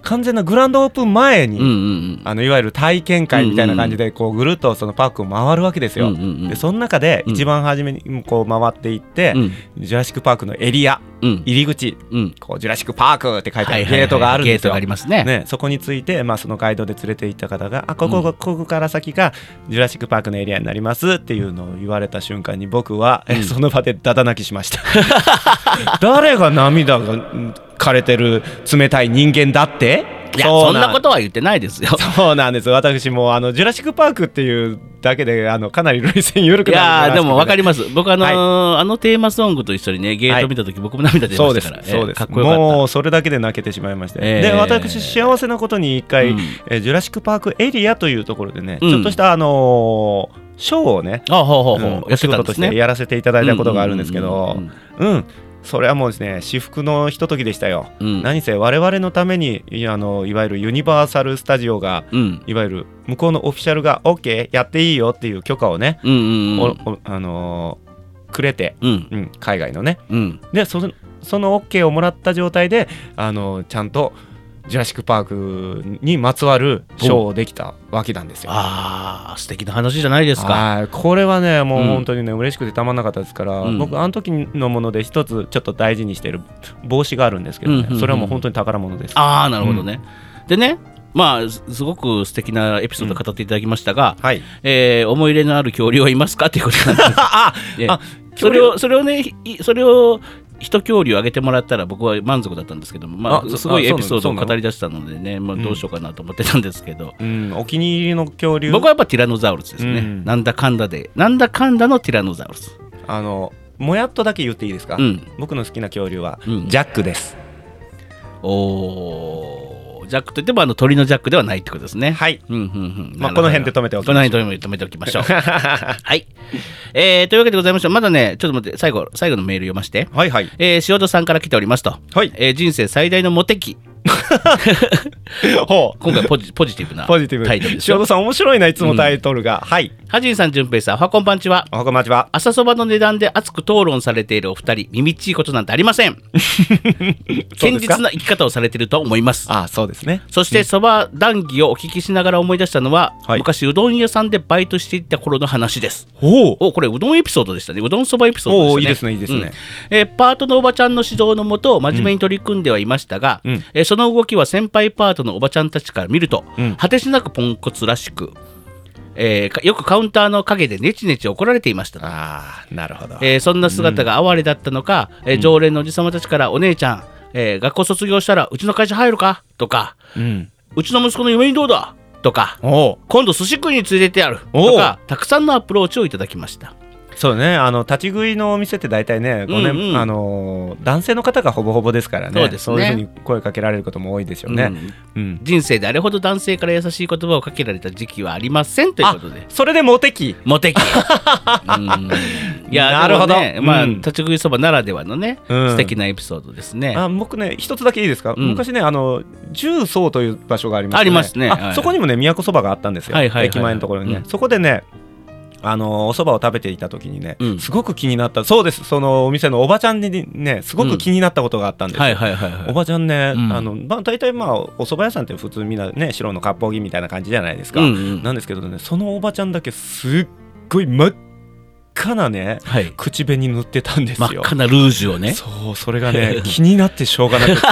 Speaker 2: 完全なグランドオープン前に、
Speaker 1: うんうん
Speaker 2: あのいわゆる体験会みたいな感じでこうぐるっとそのパークを回るわけですよ。
Speaker 1: うんうんうん
Speaker 2: でその中で一番初めにこう回っていって、
Speaker 1: うん
Speaker 2: ジュラシック・パークのエリア
Speaker 1: うん
Speaker 2: 入り口
Speaker 1: うん
Speaker 2: こうジュラシック・パークって書いてあ
Speaker 1: はいはいは
Speaker 2: る
Speaker 1: い
Speaker 2: ゲートがあるん
Speaker 1: ゲ
Speaker 2: で
Speaker 1: ー
Speaker 2: す
Speaker 1: ト
Speaker 2: よ
Speaker 1: があ。りますね。
Speaker 2: ね、そこについて、まあ、そのガイドで連れて行った方が「あここが、ここから先がジュラシック・パークのエリアになります」っていうのを言われた瞬間に僕は、えその場でダダ泣きしました <laughs> 誰が涙がうん枯れてる冷たい人間だって
Speaker 1: いや
Speaker 2: そ
Speaker 1: そ
Speaker 2: うんなん
Speaker 1: なことは言ってないですよ。
Speaker 2: そうなんです私もあの「ジュラシック・パーク」っていうだけであのかなり涙腺緩
Speaker 1: い
Speaker 2: くな
Speaker 1: や
Speaker 2: る
Speaker 1: ーでも分かり
Speaker 2: ま
Speaker 1: ます、僕、あのーあのテーマソングと一緒にね、ゲート見たとき、僕も涙出ま
Speaker 2: そう
Speaker 1: し
Speaker 2: で
Speaker 1: た
Speaker 2: す
Speaker 1: から、ええ
Speaker 2: そうです、
Speaker 1: かっこよかった。
Speaker 2: もうそれだけで泣けてしまいまして、
Speaker 1: ええ
Speaker 2: で私幸せなことに一回、
Speaker 1: うん
Speaker 2: えージュラシック・パークエリアというところでね、
Speaker 1: うん
Speaker 2: ちょっとしたあのーショーをね
Speaker 1: あほうほうほう、
Speaker 2: うん
Speaker 1: や
Speaker 2: お
Speaker 1: って
Speaker 2: 仕
Speaker 1: たん
Speaker 2: 事
Speaker 1: で
Speaker 2: と
Speaker 1: す
Speaker 2: して
Speaker 1: ね。
Speaker 2: やらせていただいたことがあるんですけど
Speaker 1: うんうん
Speaker 2: うんそれはもうですね至福のひとときでしたよ、
Speaker 1: うん
Speaker 2: 何せ我々のためにいあのいわゆるユニバーサル・スタジオが
Speaker 1: うん
Speaker 2: いわゆる向こうのオフィシャルが OK やっていいよっていう許可をね、
Speaker 1: うんうん
Speaker 2: お
Speaker 1: うん
Speaker 2: おあのーくれて、
Speaker 1: うん
Speaker 2: うん、海外のね
Speaker 1: うん
Speaker 2: でそのその OK をもらった状態で、あのーちゃんと「ジュラシック・パーク」にまつわるショーをできたわけなんですよ。
Speaker 1: ああ素敵な話じゃないですか。
Speaker 2: はいこれはねもううん本当にね、嬉しくてたまんなかったですから、
Speaker 1: うん
Speaker 2: 僕あの時のもので一つちょっと大事にしてる帽子があるんですけどね、
Speaker 1: うんうんうん
Speaker 2: それはもう本当に宝物です。
Speaker 1: ああなるほどね。でねまあすすごく素敵なエピソードを語っていただきましたが、
Speaker 2: はい、
Speaker 1: えー思い入れのある恐竜はいますかっていうこと
Speaker 2: <laughs>
Speaker 1: なんです <laughs> ええ
Speaker 2: あ
Speaker 1: それをそれをねひそれを一恐竜あげてもらったら僕は満足だったんですけども、ま
Speaker 2: あそ
Speaker 1: あ、すごいエ
Speaker 2: あそうなの
Speaker 1: ピソード
Speaker 2: そう
Speaker 1: を
Speaker 2: なの
Speaker 1: 語り出したのでね、まあ、
Speaker 2: うん
Speaker 1: どうしようかなと思ってたんですけど、
Speaker 2: うん、お気に入りの恐竜
Speaker 1: 僕はやっぱティラノザウルスですね、
Speaker 2: うん
Speaker 1: なんだかんだでなんだかんだのティラノザウルス。
Speaker 2: あのもやっとだけ言っていいですか、
Speaker 1: うん
Speaker 2: 僕の好きな恐竜は、
Speaker 1: うん
Speaker 2: ジャックです
Speaker 1: おージャックといってもあの鳥のジャックではないってことですね。
Speaker 2: はい
Speaker 1: うんうんうん
Speaker 2: まあ
Speaker 1: なるほど
Speaker 2: この辺で止めてお
Speaker 1: こ
Speaker 2: きましょう
Speaker 1: の辺で止めておきま
Speaker 2: <laughs>
Speaker 1: しょう。はい、えーというわけでございましてまだねちょっと待って最後最後のメール読まして、
Speaker 2: はいはい
Speaker 1: えー、塩戸さんから来ておりますと、
Speaker 2: はい
Speaker 1: えー人生最大のモテ期
Speaker 2: ほう
Speaker 1: <laughs> 今回ポジポジティブな
Speaker 2: ポジティブ
Speaker 1: タイトルです
Speaker 2: 塩
Speaker 1: よ
Speaker 2: 戸。さん面白いないつもタイトルが、はい
Speaker 1: はじんさんじゅんぺいさんおはこんばんちは。
Speaker 2: おはこんばんちは
Speaker 1: 朝そばの値段で熱く討論されているお二人耳っちいことなんてありま
Speaker 2: <laughs>
Speaker 1: せん堅実な生き方をされていると思います
Speaker 2: あそうですね
Speaker 1: そしてそば談義をお聞きしながら思い出したのは、
Speaker 2: はい
Speaker 1: 昔うどん屋さんでバイトしていた頃の話です。
Speaker 2: お
Speaker 1: おこれうどんエピソードでしたね。うどんそばエピソードでしたね。
Speaker 2: おーいいですねいいですね
Speaker 1: うんえーパートのおばちゃんの指導のもと真面目に取り組んではいましたが、
Speaker 2: うんうん
Speaker 1: えーその動きは先輩パートのおばちゃんたちから見ると、
Speaker 2: うん
Speaker 1: 果てしなくポンコツらしく、えーかよくカウンターの陰でネチネチ怒られていました。
Speaker 2: あーなるほど、
Speaker 1: えーそんな姿が哀れだったのか、えー常連のおじ様たちから「お姉ちゃん、えー学校卒業したらうちの会社入るか?」とか
Speaker 2: うん
Speaker 1: うちの息子の嫁にどうだとか、
Speaker 2: おう
Speaker 1: 今度寿司食いに連れてってやるとか、たくさんのアプローチをいただきました。
Speaker 2: そうねあの立ち食いのお店って大体ねこうね
Speaker 1: うんうん
Speaker 2: あのー男性の方がほぼほぼですからね
Speaker 1: そうですね
Speaker 2: いうふうに声かけられることも多いでしょう
Speaker 1: う
Speaker 2: ね、
Speaker 1: ん
Speaker 2: うん
Speaker 1: 人生であれほど男性から優しい言葉をかけられた時期はありませんということで。
Speaker 2: それでモテ期
Speaker 1: モ <laughs> テ期うんいや
Speaker 2: なるほ
Speaker 1: で
Speaker 2: ど
Speaker 1: もねまあ、
Speaker 2: うん
Speaker 1: 立ち食いそばならではのね、
Speaker 2: うん
Speaker 1: 素敵なエピソードですね。
Speaker 2: あ僕ね一つだけいいですか、
Speaker 1: うん
Speaker 2: 昔ねあの重曹という場所があります
Speaker 1: ありますね
Speaker 2: あ
Speaker 1: はい
Speaker 2: そこにもね宮古そばがあったんですよ、
Speaker 1: はいはいはいはい
Speaker 2: 駅前のところにね、
Speaker 1: うん
Speaker 2: そこでねあのおそばを食べていた時にね、
Speaker 1: うん
Speaker 2: すごく気になったそうですそのお店のおばちゃんにねすごく気になったことがあったんですよ、
Speaker 1: はいはいはいはい。
Speaker 2: おばちゃんね、
Speaker 1: うん
Speaker 2: あのまあ、大体まあお蕎麦屋さんって普通みんなね白の割烹着みたいな感じじゃないですか、
Speaker 1: うんうん
Speaker 2: なんですけどねそのおばちゃんだけすっごい真っ赤なね
Speaker 1: はい、
Speaker 2: 口紅塗ってたんです
Speaker 1: 真
Speaker 2: よ
Speaker 1: っ赤なルージュをね。
Speaker 2: そうそれがね気になってしょうがなくて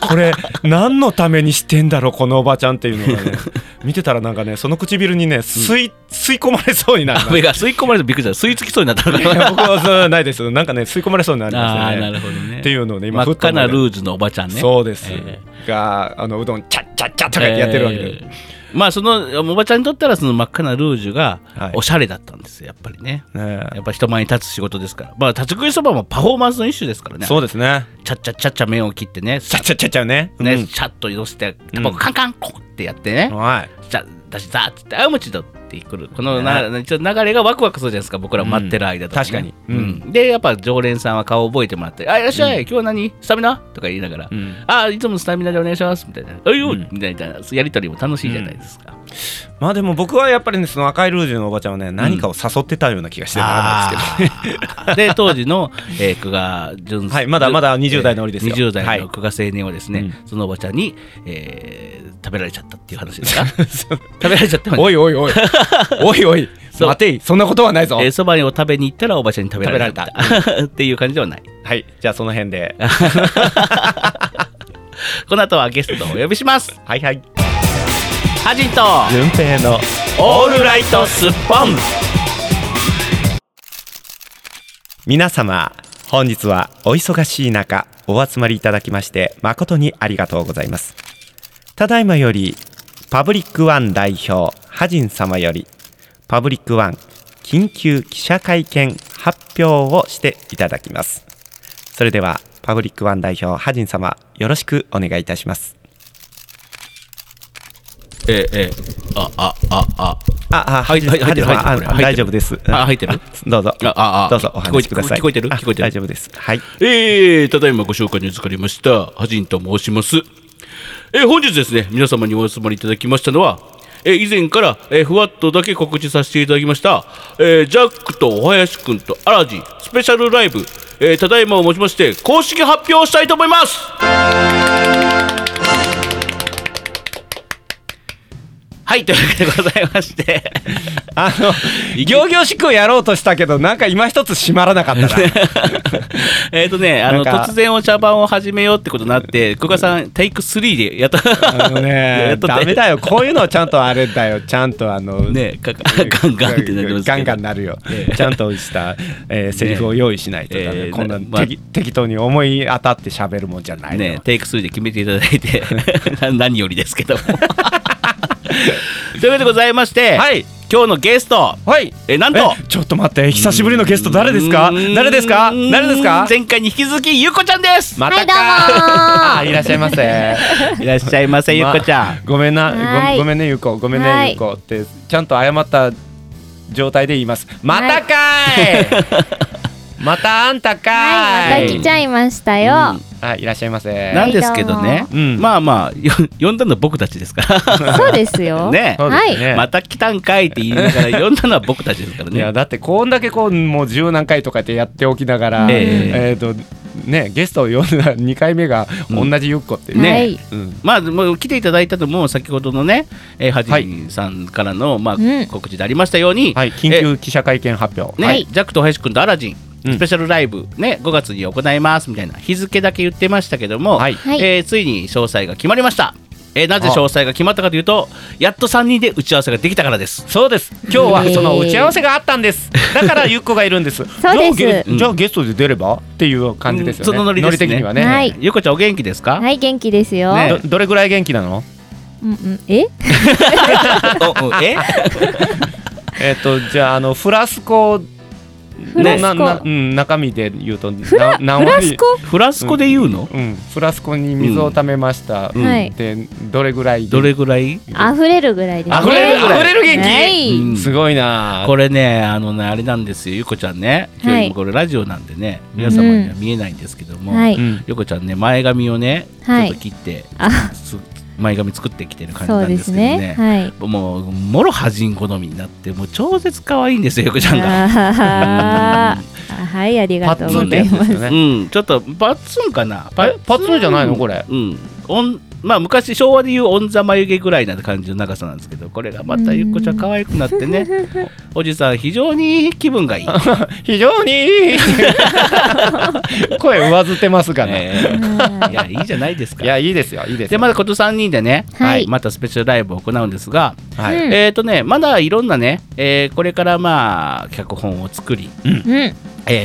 Speaker 2: これ何のためにしてんだろうこのおばちゃんっていうのがね見てたらなんかねその唇にね吸い,、吸い込まれそうになる
Speaker 1: 雨が吸い込まれてびっくりした。吸い付きそうになったのか
Speaker 2: い
Speaker 1: な。
Speaker 2: や僕はそうないですなんかね吸い込まれそうになりま
Speaker 1: あ <laughs>
Speaker 2: す
Speaker 1: あ
Speaker 2: ね
Speaker 1: ー、なるほどね。
Speaker 2: っていうのをね今
Speaker 1: 真っ赤なル
Speaker 2: ー
Speaker 1: ージュのおばちゃんね。
Speaker 2: そうです、
Speaker 1: え
Speaker 2: があのうどんチャッチャッチャッとかやってるわけで、
Speaker 1: えーまあそのおばちゃんにとったらその真っ赤なルージュが
Speaker 2: はい
Speaker 1: おしゃれだったんですよやっぱりね
Speaker 2: ね
Speaker 1: やっぱ人前に立つ仕事ですからまあ立ち食いそばもパフォーマンスの一種ですからね
Speaker 2: そうですね
Speaker 1: ちゃっちゃっちゃっちゃ麺を切ってね
Speaker 2: チャッチャッチャッチャね
Speaker 1: ね、シャッと移動してタバコカンカンコンってやってね
Speaker 2: うん、はい
Speaker 1: じゃだしザーっつってあうもちだってくるこのな、ちょっと流れがワクワクするじゃないですか僕ら待ってる間とか、ね
Speaker 2: うん確かに
Speaker 1: うんでやっぱ常連さんは顔覚えてもらって「あいらっしゃい、今日は何スタミナ?」とか言いながら「
Speaker 2: うん
Speaker 1: あいつものスタミナでお願いします」みたいな「あいよ、
Speaker 2: うん
Speaker 1: みたいなやり取りも楽しいじゃないですか、
Speaker 2: まあでも僕はやっぱりねその赤いルージュのおばちゃんはね何かを誘ってたような気がしてならないですけど、
Speaker 1: あー <laughs> で当時の、えー、久我淳
Speaker 2: はいまだまだ20代の折ですよ
Speaker 1: 20代
Speaker 2: はい
Speaker 1: の久我青年をですね、
Speaker 2: う
Speaker 1: そのおばちゃんに、えー食べられちゃったっていう話
Speaker 2: <laughs>
Speaker 1: ですか食べられちゃった
Speaker 2: おいお
Speaker 1: <laughs>
Speaker 2: いおいおいおい
Speaker 1: そう
Speaker 2: 待ていそんなことはないぞ
Speaker 1: えーそばにを食べに行ったらおばちゃんに食べられた
Speaker 2: 食
Speaker 1: っていう感じではない
Speaker 2: はいじゃあその辺で
Speaker 1: この後はゲストをお呼びします
Speaker 2: はいはい
Speaker 1: ハジンと
Speaker 2: 順平の
Speaker 1: オールライトスッポン
Speaker 2: 皆様本日はお忙しい中お集まりいただきまして誠にありがとうございますただいまよりパブリックワン代表ハジン様よりパブリックワン緊急記者会見発表をしていただきますそれではパブリックワン代表ハジン様よろしくお願いいたします
Speaker 1: ええええああああ
Speaker 2: ああ
Speaker 1: はいはい入ってる
Speaker 2: ハジ
Speaker 1: 入っ
Speaker 2: ン様
Speaker 1: てる入って
Speaker 2: あ
Speaker 1: る
Speaker 2: 大丈夫です
Speaker 1: あ入ってる
Speaker 2: あどうぞ
Speaker 1: あああ
Speaker 2: どうぞお話
Speaker 1: 聞
Speaker 2: しく
Speaker 1: こえ
Speaker 2: ださい
Speaker 1: 聞こえてる
Speaker 2: あ
Speaker 1: 聞こえてる
Speaker 2: 大丈夫ですはい
Speaker 1: えー、ただいまご紹介に預かりました、はじんと申します。えー本日ですね、皆様にお集まりいただきましたのは、えー以前から、えーふわっとだけ告知させていただきました、えージャックとおはやしくんとアラジンスペシャルライブ、えーただいまをもちまして、公式発表したいと思いますはい、というわけでございまして、 <laughs>
Speaker 2: あの行々しくやろうとしたけどなんか今一つ閉まらなかったな
Speaker 1: <laughs> えっとね、あの、
Speaker 2: なんか
Speaker 1: 突然お茶番を始めようってことになって、久我さん、テイク3でや
Speaker 2: <laughs>
Speaker 1: った。
Speaker 2: あの
Speaker 1: や
Speaker 2: ね
Speaker 1: っとった
Speaker 2: ダメだよこういうのはちゃんとあれだよちゃんとあの
Speaker 1: ね <laughs> ガンガンガンってなりますけど
Speaker 2: ガンガンなるよ、ちゃんとした、えー、セリフを用意しないとダメ、
Speaker 1: えー
Speaker 2: こんな、
Speaker 1: まあ
Speaker 2: 適適当に思い当たって喋るもんじゃないの
Speaker 1: ね、テイク3で決めていただいて
Speaker 2: <laughs>
Speaker 1: な何よりですけども <laughs> というわけでございまして、
Speaker 2: はい
Speaker 1: 今日のゲスト
Speaker 2: はい
Speaker 1: えなんと
Speaker 2: えちょっと待って久しぶりのゲスト誰ですか
Speaker 1: うーん
Speaker 2: 誰ですか誰ですか
Speaker 1: 前回に引き続きゆうこちゃんです、
Speaker 2: ま
Speaker 4: はい
Speaker 2: た
Speaker 4: どうも
Speaker 2: か
Speaker 4: ー
Speaker 2: いらっしゃいませ
Speaker 4: <laughs>
Speaker 1: いらっしゃいませゆうこちゃん、
Speaker 2: ごめん
Speaker 4: は
Speaker 2: な、
Speaker 4: い
Speaker 2: ごごめんね、ゆうこ、ごめん
Speaker 4: は
Speaker 2: ね、
Speaker 4: い
Speaker 2: ゆうこって、ちゃんと謝った状態で言います。またか
Speaker 4: <laughs>
Speaker 2: い。またあんたか
Speaker 4: はい、また
Speaker 2: い
Speaker 4: 来ち。ゃいましたよ。
Speaker 2: はい、いらっしゃいま
Speaker 1: な
Speaker 2: せ。
Speaker 1: んですけどね、
Speaker 2: どうもうん
Speaker 1: まあまあよ呼んだの僕たちですから
Speaker 4: そうですよ。
Speaker 1: ね
Speaker 2: そうですね
Speaker 1: また来たんかいって言いながら呼んだのは僕たちですから
Speaker 2: いや、
Speaker 1: ね
Speaker 2: だって、こんだけこう、もう十何回とかってやっておきながら、
Speaker 1: え
Speaker 2: えっと、ね、ゲストを呼んだ二回目が同じゆっこっていう
Speaker 1: ね
Speaker 4: はい。
Speaker 2: うん
Speaker 1: まあ、もう来ていただいたのも先ほどのね、えー、はじんさんからの、ま
Speaker 4: う
Speaker 1: あ、
Speaker 4: ん
Speaker 1: 告知でありましたように、
Speaker 2: はい、緊急記者会見発表。
Speaker 1: ね、
Speaker 2: はい。
Speaker 1: ジャックと林くんとアラジン
Speaker 2: うん
Speaker 1: スペシャルライブ、ね、5月に行いますみたいな日付だけ言ってましたけども、
Speaker 2: はい
Speaker 4: はい
Speaker 1: えーついに詳細が決まりました、えーなぜ詳細が決まったかというとやっと3人で打ち合わせができたからです
Speaker 2: そうです。今日はその打ち合わせがあったんです。だからゆっこがいるんです。
Speaker 4: <laughs> そうです
Speaker 2: じゃあゲ
Speaker 1: うん
Speaker 2: じゃあゲストで出ればっていう感じですよね。
Speaker 1: うんそのノリですね
Speaker 2: 的にはね。
Speaker 4: はい
Speaker 1: ゆうこちゃんお元気ですか、
Speaker 4: はい、元気ですよ。
Speaker 1: ね
Speaker 2: どどれぐらい元気なの？
Speaker 4: うんうん、え、
Speaker 1: <laughs> おお
Speaker 4: <laughs>
Speaker 1: え
Speaker 2: えっ、とじゃああのフラスコ
Speaker 4: フラスコ
Speaker 2: ななうん中身で言うと
Speaker 4: フラ、フ
Speaker 2: な何
Speaker 4: ラ
Speaker 2: 割
Speaker 4: スコ。
Speaker 1: フラスコで言うの、
Speaker 2: うんフラスコに水を溜めました。
Speaker 1: うん
Speaker 4: はい
Speaker 2: でどれぐらいで？
Speaker 1: どれぐらい、
Speaker 4: 溢れるぐらいです、ね。
Speaker 2: 溢れるぐらい溢れる元気
Speaker 4: はい。
Speaker 1: うん
Speaker 2: すごいなあ。
Speaker 1: これねあのねあれなんですよゆうこちゃんね今
Speaker 4: は
Speaker 1: 日
Speaker 4: い
Speaker 1: 今これラジオなんでね、皆様には見えないんですけども、
Speaker 4: は
Speaker 2: う
Speaker 4: い。
Speaker 2: ん
Speaker 1: ゆうこちゃんね前髪をねちょ
Speaker 4: は
Speaker 1: っ
Speaker 4: い
Speaker 1: と切って、
Speaker 4: あ、
Speaker 1: す前髪作ってきてる感じ
Speaker 4: そ
Speaker 1: な
Speaker 4: うん
Speaker 1: で
Speaker 4: で
Speaker 1: け
Speaker 4: すす
Speaker 1: ど
Speaker 4: ね。はい。
Speaker 1: もうもろはじん好みになってもう超絶可愛いんですよゆくちゃんが。
Speaker 4: あーはい、あり
Speaker 2: パ
Speaker 4: がと
Speaker 2: ッ
Speaker 4: う
Speaker 2: ツンっ
Speaker 4: ご
Speaker 2: て
Speaker 4: ざ
Speaker 2: や
Speaker 4: い
Speaker 2: つで
Speaker 4: ますす。
Speaker 2: よね。
Speaker 1: うん、ちょっとバツンかな
Speaker 2: えパッツンじゃないのこれ？
Speaker 1: うんおんまあ昔昭和でいうオンザ眉毛ぐらいな感じの長さなんですけどこれがまたゆっこちゃん可愛くなってね
Speaker 4: <laughs>
Speaker 1: おじさん非常に気分がいい、
Speaker 2: 非常にい <laughs> い声上ずってますがね。
Speaker 1: えー
Speaker 4: はい
Speaker 1: やいいじゃないですか
Speaker 2: いやいいですよいいです
Speaker 1: で
Speaker 2: よ。
Speaker 1: まだこの3人でね、
Speaker 4: はい
Speaker 1: またスペシャルライブを行うんですが、
Speaker 2: はい。
Speaker 4: うん
Speaker 1: えっ、とねまだいろんなね、えーこれからまあ脚本を作り、
Speaker 4: うん。
Speaker 1: え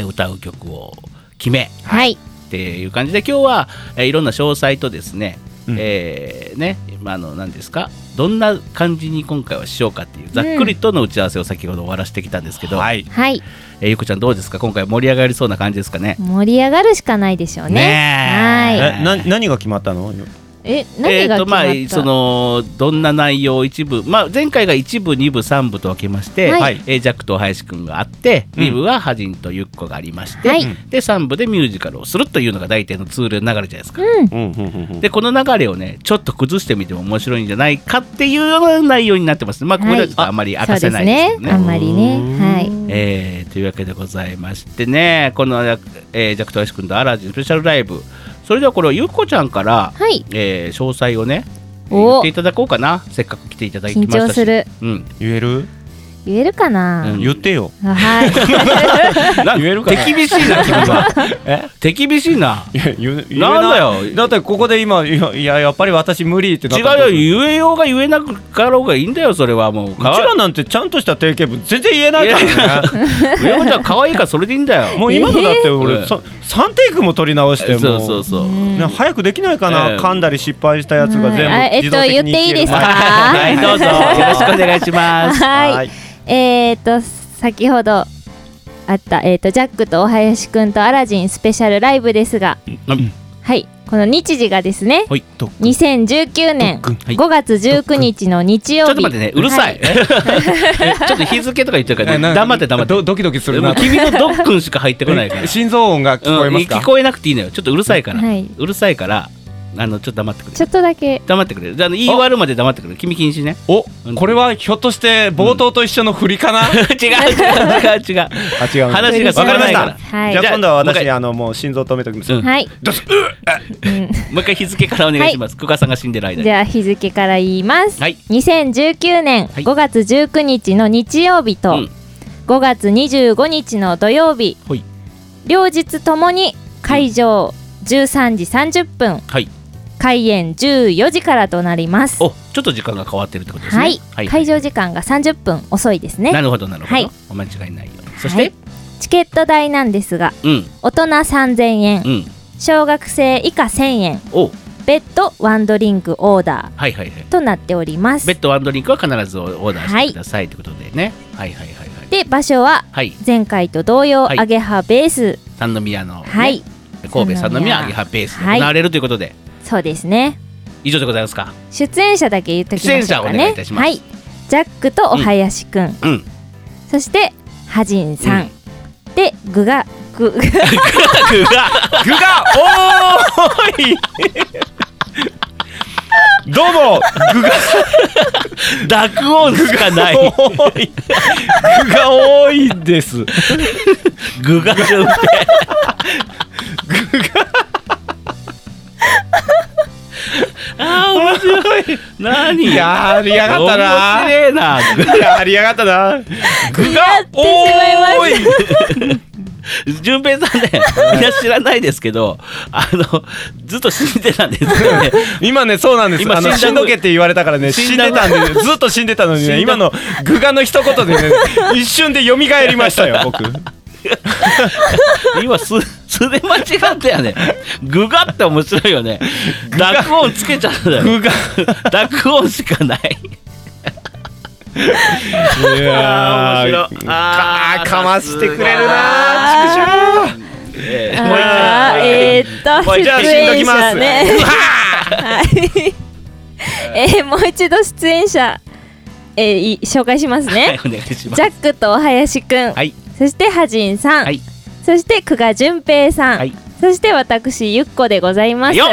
Speaker 1: ー歌う曲を決め
Speaker 4: はい。
Speaker 1: っていう感じで今日は、えーいろんな詳細とですね、
Speaker 2: うん
Speaker 1: えーねまああの何ですかどんな感じに今回はしようかっていうざっくりとの打ち合わせを先ほど終わらせてきたんですけど、
Speaker 2: はい。
Speaker 4: はい。
Speaker 1: えーゆうこちゃんどうですか今回盛り上がりそうな感じですかね
Speaker 4: 盛り上がるしかないでしょうね。
Speaker 1: ね
Speaker 4: はい。
Speaker 2: えな何が決まったの？
Speaker 4: え、何が
Speaker 1: えーと
Speaker 4: 決ま
Speaker 1: ま
Speaker 4: っ
Speaker 1: あ
Speaker 4: た？
Speaker 1: そのどんな内容を一部、まあ、前回が一部二部三部と分けまして、
Speaker 4: はい
Speaker 1: えージャックと林くんがあって
Speaker 2: うん
Speaker 1: 二部はハジンとユッコがありまして、
Speaker 4: はい
Speaker 1: で三部でミュージカルをするというのが大体のツールの流れじゃないですか。
Speaker 4: うん。
Speaker 2: うんうんうんうん
Speaker 1: でこの流れをねちょっと崩してみても面白いんじゃないかっていうような内容になってますまあこれはちょっとあんまり明
Speaker 4: そ
Speaker 1: か
Speaker 4: う
Speaker 1: せ
Speaker 4: で
Speaker 1: な
Speaker 4: す
Speaker 1: いですけ
Speaker 4: ね
Speaker 1: ど。ね。
Speaker 4: あんまりね。はい。
Speaker 1: えーというわけでございましてねこの、えー、ジャック・トワイシ君とアラジンスペシャルライブそれではこれをゆっこちゃんから、
Speaker 4: はい。
Speaker 1: えー詳細をね言っ
Speaker 4: お
Speaker 1: ていただこうかなせっかく来ていただきま
Speaker 4: 緊
Speaker 1: したし
Speaker 2: <laughs>
Speaker 4: 張する。
Speaker 1: うん、
Speaker 2: 言える？
Speaker 4: 言えるかな、
Speaker 1: うん
Speaker 2: 言ってよ
Speaker 4: あはい
Speaker 1: な
Speaker 3: 言えるか
Speaker 1: 手
Speaker 3: な
Speaker 1: 厳しいな君は
Speaker 2: <laughs> え
Speaker 1: 手厳しいな
Speaker 2: なん
Speaker 1: なんだよ
Speaker 2: だってここで今いやいややっぱり私無理ってな
Speaker 1: 違
Speaker 2: ったらどする
Speaker 1: うよ言えようが言えなくかろうがいいんだよそれはもう
Speaker 2: うちらなんてちゃんとした定型文全然言えないからね
Speaker 1: 上本ちゃん可愛いからそれでいいんだよ
Speaker 2: もう今のだって
Speaker 1: え
Speaker 2: 俺
Speaker 1: ー
Speaker 2: さ3テイクも取り直して
Speaker 1: そう
Speaker 2: も
Speaker 1: そうそう
Speaker 4: うん
Speaker 2: ね早くできないかな、
Speaker 1: えー
Speaker 2: 噛んだり失敗したやつが全
Speaker 4: はいあ
Speaker 2: 部
Speaker 4: えっ
Speaker 2: 自
Speaker 4: と
Speaker 2: 動的に消える、
Speaker 4: 言っていいですか
Speaker 1: はいどうぞよろしくお願いし
Speaker 4: <laughs>
Speaker 1: ます
Speaker 4: はい
Speaker 2: はい
Speaker 4: えー、と先ほどあった、えー、とジャックとお囃子くんとアラジンスペシャルライブですが、
Speaker 1: うん
Speaker 4: はいこの日時がですね
Speaker 1: はいと
Speaker 4: 2019年
Speaker 1: はい
Speaker 4: 5月19日の日
Speaker 1: ち
Speaker 4: 曜
Speaker 1: ょ
Speaker 4: 日
Speaker 1: っと待ってねうるさい、 <laughs> えちょっと日付とか言ってるから、
Speaker 2: えな
Speaker 1: ね、黙って黙って
Speaker 2: どドキドキする
Speaker 1: もう
Speaker 2: な
Speaker 1: 君のドックンしか入ってこないから
Speaker 2: え心臓音が聞こえますか、
Speaker 1: うん聞こえなくていいのよちょっとうるさいから、
Speaker 4: はいう
Speaker 1: るさいからあのちょっと黙ってくれ
Speaker 4: ちょっとだけ
Speaker 1: 黙ってくれじゃあの言い終わるまで黙ってくれ君禁止ね
Speaker 2: おこれはひょっとして冒頭と一緒の振りか <laughs> な、
Speaker 1: <laughs> 違う違う違う違う
Speaker 2: あ違う
Speaker 1: 話が進
Speaker 2: わか
Speaker 1: ま
Speaker 2: りま
Speaker 1: ない
Speaker 2: した、
Speaker 1: から
Speaker 4: はい
Speaker 2: じゃあ今度は私
Speaker 1: じ
Speaker 2: あのもう心臓止めておきます、
Speaker 1: うん
Speaker 4: はい、うん
Speaker 1: もう一回日付からお願いします、久我さんが死んでる間に
Speaker 4: じゃあ日付から言います、
Speaker 1: はい
Speaker 4: 2019年
Speaker 1: はい
Speaker 4: 5月19日の日曜日と
Speaker 1: うん
Speaker 4: 5月25日の土曜日、
Speaker 1: ほい
Speaker 4: 両日ともに会場13時30分
Speaker 1: はい
Speaker 4: 開演14時からとなります
Speaker 1: おちょっと時間が変わってるってことですね
Speaker 4: はい、会場時間が30分遅いです
Speaker 1: な
Speaker 4: ね
Speaker 1: るほどなるほど、
Speaker 4: はい
Speaker 1: お間違いないようにそして、
Speaker 4: はいチケット代なんですが
Speaker 1: うん
Speaker 4: 大人3000円
Speaker 1: うん
Speaker 4: 小学生以下1000円
Speaker 1: お
Speaker 4: 別途ワンドリンクオーダ
Speaker 1: はいはいはい
Speaker 4: ーとなっております
Speaker 1: ベッドワンドリンクは必ずオーダーし
Speaker 4: は
Speaker 1: て
Speaker 4: い
Speaker 1: くださいということでね、はい、はいはいはい
Speaker 4: で場所は
Speaker 1: はい
Speaker 4: 前回と同様、
Speaker 1: はい
Speaker 4: アゲハベース
Speaker 1: 三宮のね、
Speaker 4: はい
Speaker 1: 神戸三宮アゲハベースで
Speaker 4: はい
Speaker 1: 行われるということで、
Speaker 4: そうですね
Speaker 1: 以上でございますか
Speaker 4: 出演者だけ言っときましょう
Speaker 1: 出演
Speaker 4: か
Speaker 1: 者お願い
Speaker 4: ね
Speaker 1: いたします
Speaker 4: はいジャックとお囃子くん、
Speaker 1: うん <laughs>
Speaker 4: そしてハジンさん、
Speaker 1: う
Speaker 4: でグガグ
Speaker 1: 具が
Speaker 2: 具が多い <laughs> どうも具が
Speaker 1: 濁音しかない
Speaker 2: 多い具が多いです
Speaker 1: 具が順平具があー面白い何
Speaker 2: やりやがった
Speaker 1: 面
Speaker 2: な
Speaker 1: 白いな
Speaker 2: やりやがったな具が
Speaker 4: やってしまいまし
Speaker 1: 順平さんねみんな知らないですけどあのずっと死んでたんですよね
Speaker 2: <laughs> 今ねそうなんです
Speaker 1: 今
Speaker 2: あの
Speaker 1: 死
Speaker 2: 死
Speaker 1: ん
Speaker 2: ん
Speaker 1: だ
Speaker 2: どけって言われたからね死
Speaker 1: 死ん
Speaker 2: ん
Speaker 1: だ
Speaker 2: でたんでずっと死んでたのにね
Speaker 1: 死んだ
Speaker 2: 今の具がの一言
Speaker 1: <laughs>
Speaker 2: でね一瞬で蘇りましたよ僕
Speaker 1: 今す素で間違ったよね具がって面白いよね濁音つけちゃうんだよ
Speaker 2: 具が
Speaker 1: 濁音しかない
Speaker 2: いや
Speaker 1: あー面白いあー
Speaker 2: かかましてくれる
Speaker 1: さ
Speaker 2: な畜
Speaker 1: え
Speaker 4: た
Speaker 1: ーもう一回も
Speaker 4: あーえーっと
Speaker 1: う一回
Speaker 4: 出演者
Speaker 2: 生
Speaker 4: ね
Speaker 2: うわ
Speaker 4: はいえーもう一度出演者、えーい紹介します
Speaker 1: はい
Speaker 4: ね、
Speaker 1: お願いします
Speaker 4: ジャックとお囃子くん、
Speaker 1: はい
Speaker 4: そしてハジンさん、
Speaker 1: はい
Speaker 4: そして久我淳平さん、
Speaker 1: はい
Speaker 4: そして私ゆっこでございます。
Speaker 1: よっ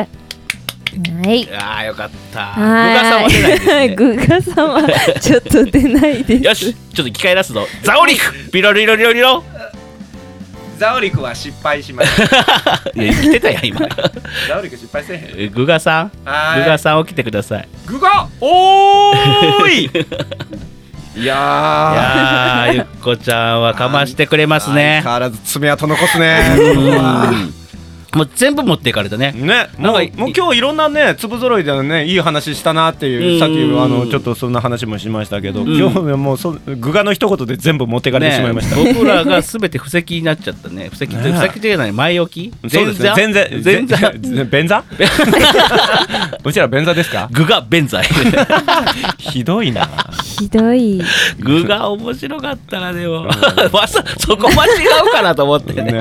Speaker 4: はい。
Speaker 1: ああよかった具がさん
Speaker 4: は
Speaker 1: は出ないです
Speaker 4: ーい。
Speaker 1: ね
Speaker 4: グガ様ちょっと出ないです。
Speaker 1: よしちょっと機械出すぞザオリクピロリロリロリロ
Speaker 2: ザオリクは失敗しました
Speaker 1: <laughs> いや生きてたやん今
Speaker 2: ザオリク失敗せえへん
Speaker 1: え具がさん具
Speaker 2: はーい
Speaker 1: がさん起きてください
Speaker 2: 具が多い
Speaker 1: い
Speaker 2: いやー
Speaker 1: やーゆっこちゃんはかましてくれますね
Speaker 2: 相変わらず爪痕残す
Speaker 1: うんもう全部持っていかれたね
Speaker 2: ね、
Speaker 1: な
Speaker 2: なんん
Speaker 1: か
Speaker 2: かもう今日いろんなね粒揃いでねいい話したなって
Speaker 1: う
Speaker 2: い
Speaker 1: ん
Speaker 2: うさっきあのちょっとそんな話もしましたけど、
Speaker 1: ん
Speaker 2: 今日ねもうそ具がの一言で全部持ってかれてしまいました、
Speaker 1: ね僕らがすべて布石になっちゃったね布石って
Speaker 2: ね
Speaker 1: 布石じゃない前置き
Speaker 2: そうですね
Speaker 1: 前
Speaker 2: 全
Speaker 1: 座
Speaker 2: 然 <laughs>
Speaker 1: 前座
Speaker 2: 便座うちら便座ですか
Speaker 1: 具が弁 <laughs> 財
Speaker 2: ひどいな
Speaker 4: ひどい。
Speaker 1: 具が面白かったなでもまさそこ間違うかなと思ってね
Speaker 2: ね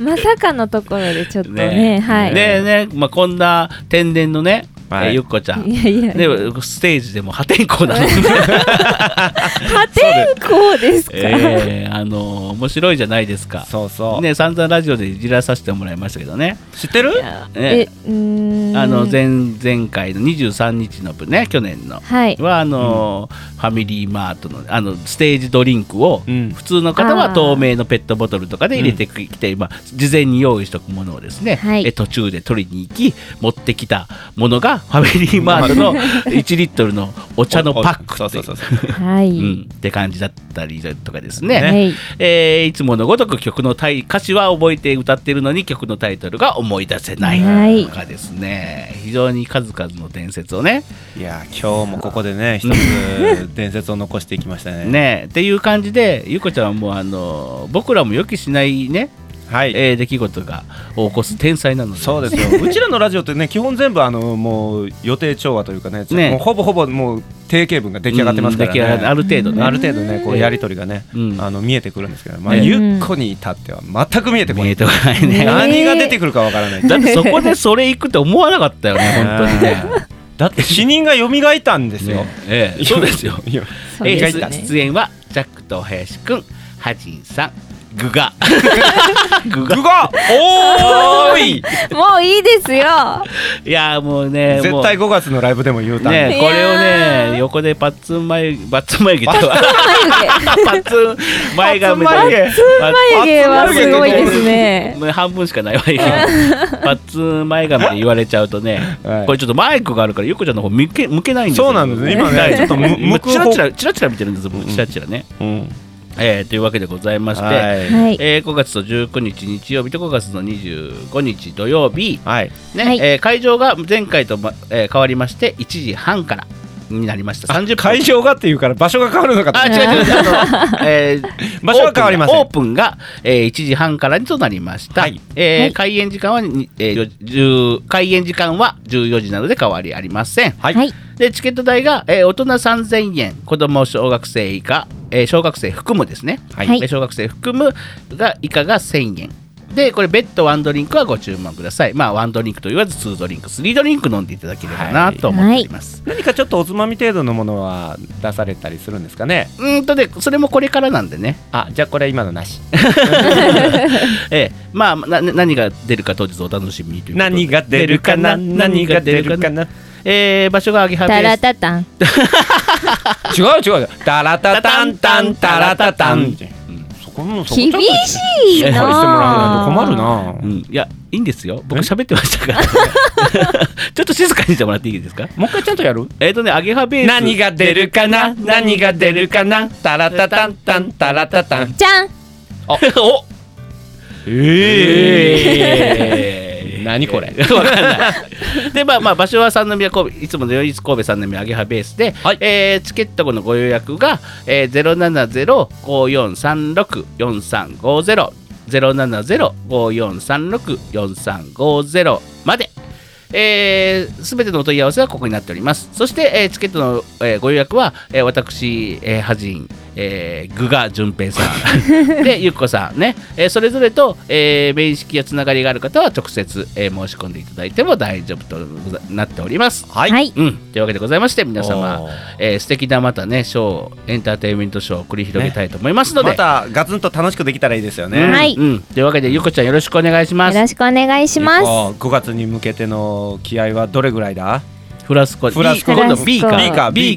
Speaker 4: まさかのところでちょっとね、はい。
Speaker 1: ねえねえ、まあ、こんな天然のね、
Speaker 2: はい
Speaker 1: えーゆっこちゃん
Speaker 4: い。やい
Speaker 1: ね、
Speaker 4: や。
Speaker 1: ステージでも破天荒なの
Speaker 4: <laughs>
Speaker 1: で、
Speaker 4: 破天荒ですか。
Speaker 1: えーあのー面白いじゃないですか。
Speaker 2: そうそう、
Speaker 1: ね、散々ラジオでいじらさせてもらいましたけどね。
Speaker 2: 知ってる
Speaker 1: ね
Speaker 4: え、うーん。
Speaker 1: あの前前回の23日の分ね去年の
Speaker 4: はい。
Speaker 1: はあのーファミリーマートのあのステージドリンクを
Speaker 2: うん
Speaker 1: 普通の方は
Speaker 4: あー
Speaker 1: 透明のペットボトルとかで入れてきて、まあ、事前に用意しておくものをですね、
Speaker 4: はい
Speaker 1: え途中で取りに行き持ってきたものががファミリーマート
Speaker 4: <laughs>
Speaker 1: の1リットルのお茶のパック
Speaker 2: そう
Speaker 1: ってい
Speaker 2: そ
Speaker 1: う
Speaker 2: そう
Speaker 1: う
Speaker 2: そう
Speaker 4: は
Speaker 1: う
Speaker 4: い。
Speaker 1: んって感じだったりとかです
Speaker 4: は
Speaker 1: ね。
Speaker 4: い。
Speaker 1: えーいつものごとく曲のタイ歌詞は覚えて歌ってるのに曲のタイトルが思い出せな
Speaker 4: はいい
Speaker 1: とかですね、非常に数々の伝説をね
Speaker 2: <laughs> いや今日もここでね一 <laughs> つ伝説を残していきましたね
Speaker 1: ねっていう感じでゆうこちゃんはもうあの僕らも予期しないね、
Speaker 2: はい、
Speaker 1: えー出来事が起こす天才なので
Speaker 2: そうですようちらのラジオってね基本全部あのもう予定調和というかね
Speaker 1: ね
Speaker 2: もうほぼほぼもう定型文が出来上がってますから
Speaker 1: うん出来上がってある
Speaker 2: ね
Speaker 1: 程度ね
Speaker 2: ある程度ねこうやり取りがね、
Speaker 1: うん
Speaker 2: あの見えてくるんですけど、まあ、
Speaker 1: ね
Speaker 2: ゆっこに至っては全く見えてこ
Speaker 1: 見
Speaker 2: な
Speaker 1: え
Speaker 2: い
Speaker 1: てこないね
Speaker 2: 何が出てくるかわからない
Speaker 1: <laughs> だってそこでそれ行くって思わなかったよね本当にね
Speaker 2: <laughs> だって死人が蘇ったんですよ、
Speaker 1: ねええそう
Speaker 2: <laughs>
Speaker 1: ですよ
Speaker 2: いや
Speaker 4: そう
Speaker 1: え
Speaker 4: で
Speaker 1: ー
Speaker 4: す
Speaker 1: 出
Speaker 4: ね。
Speaker 1: 出演はジャックと林くんハジンさんグガグガ
Speaker 2: 具がおー <laughs> い
Speaker 4: もういいですよ。
Speaker 1: いやーもうねも
Speaker 2: 絶
Speaker 1: う
Speaker 2: 対5月のライブでも言うたんで、
Speaker 1: ね
Speaker 4: ね
Speaker 1: これを
Speaker 4: いやー
Speaker 1: ね横でパッツン眉毛パッツン眉毛って言ったわパッツン前髪
Speaker 2: パッツン眉毛
Speaker 1: パッ
Speaker 4: 眉毛はすごいですね。
Speaker 1: <laughs> もう半分しかないわ今パッツン前髪で言われちゃうとね、
Speaker 2: はい
Speaker 1: これちょっとマイクがあるからゆっこちゃんの方向け向けないんですよ
Speaker 2: そうなんですね今ねちょっとむ
Speaker 1: 今
Speaker 2: 向く
Speaker 1: チ
Speaker 2: 方
Speaker 1: ラチラチラチラ見てるんです僕チラチラね、
Speaker 2: うん
Speaker 1: えーというわけでございまして、
Speaker 2: はい
Speaker 4: はい。
Speaker 1: えー5月と19日日曜日と5月の25日土曜日、
Speaker 2: はい
Speaker 1: ね
Speaker 4: はい
Speaker 1: えー会場が前回と、まえー変わりまして1時半からになりました30分
Speaker 2: 会場がっていうから場所が変わるのかと
Speaker 1: あ違う違う違うあの、えー
Speaker 2: <laughs> 場所は変わりません
Speaker 1: オープンが、えー1時半からとなりました、
Speaker 2: はい
Speaker 1: えー
Speaker 4: はい
Speaker 1: 開演時間はに、えーよ10開演時間は14時なので変わりありません
Speaker 2: はい
Speaker 4: はい。
Speaker 1: でチケット代が、えー大人3000円子供小学生以下、えー小学生含むですね、
Speaker 2: はい
Speaker 4: はい
Speaker 1: えー小学生含むが以下が1000円でこれベッドワンドリンクはご注文くださいまあワンドリンクと言わずツードリンクスリードリンク飲んでいただければなと思っています、
Speaker 2: 何かちょっとおつまみ程度のものは出されたりするんですかね
Speaker 1: うーんとでそれもこれからなんでね
Speaker 2: あじゃあこれ今のなし
Speaker 1: ええ、まあな何が出るか当日お楽しみにということで
Speaker 2: 何が出るかな何が出るかな
Speaker 1: えー場所がアゲハベ
Speaker 4: タ
Speaker 1: ー
Speaker 4: ラ
Speaker 1: ス
Speaker 4: タタン。
Speaker 2: 違う違うタラタタンタンタラタタンそこもそこちょっと
Speaker 4: 厳しい
Speaker 2: しっかりしてもら
Speaker 4: な
Speaker 2: わ
Speaker 4: あ。
Speaker 2: ないと困る
Speaker 1: う、
Speaker 2: なん
Speaker 1: いやいいんですよ僕喋ってましたから
Speaker 4: <laughs>
Speaker 1: ちょっと静かにしてもらっていいですか
Speaker 2: もう一回ちゃんとやる
Speaker 1: えっ、とねアゲハベース
Speaker 2: 何が出るかな何が出るかなタラタタンタンタラタタン
Speaker 4: じゃん。
Speaker 1: お <laughs> おえ
Speaker 2: え何これ
Speaker 1: <laughs> わかんないでまあまあ場所は三宮神戸いつものより神戸三宮アゲハベースで、
Speaker 2: はい
Speaker 1: えーチケットのご予約が、えー、07054364350 07054364350まですべ、えー全てのお問い合わせはここになっておりますそして、えーチケットの、えーご予約は、えー私、えー、はじん、えー、具賀淳平さんでゆっこさんね、えーそれぞれと、えー面識やつながりがある方は直接、えー申し込んでいただいても大丈夫とござなっております
Speaker 2: は
Speaker 4: はい。
Speaker 1: うん、というわけでございまして皆様
Speaker 2: おー、
Speaker 1: えー素敵なまたねショーエンターテインメントショーを繰り広げたいと思いますので、
Speaker 2: またガツンと楽しくできたらいいですよ
Speaker 1: うん
Speaker 2: ね
Speaker 4: はい
Speaker 1: うん、というわけでゆっこちゃんよろしくお願いしま
Speaker 4: よ
Speaker 1: す
Speaker 4: ろしくお願いします。
Speaker 2: あー5月に向けての気合はどれぐらいだ
Speaker 1: フラスコ
Speaker 2: フラスコ
Speaker 1: 今度
Speaker 4: フラスコ
Speaker 1: B か
Speaker 4: B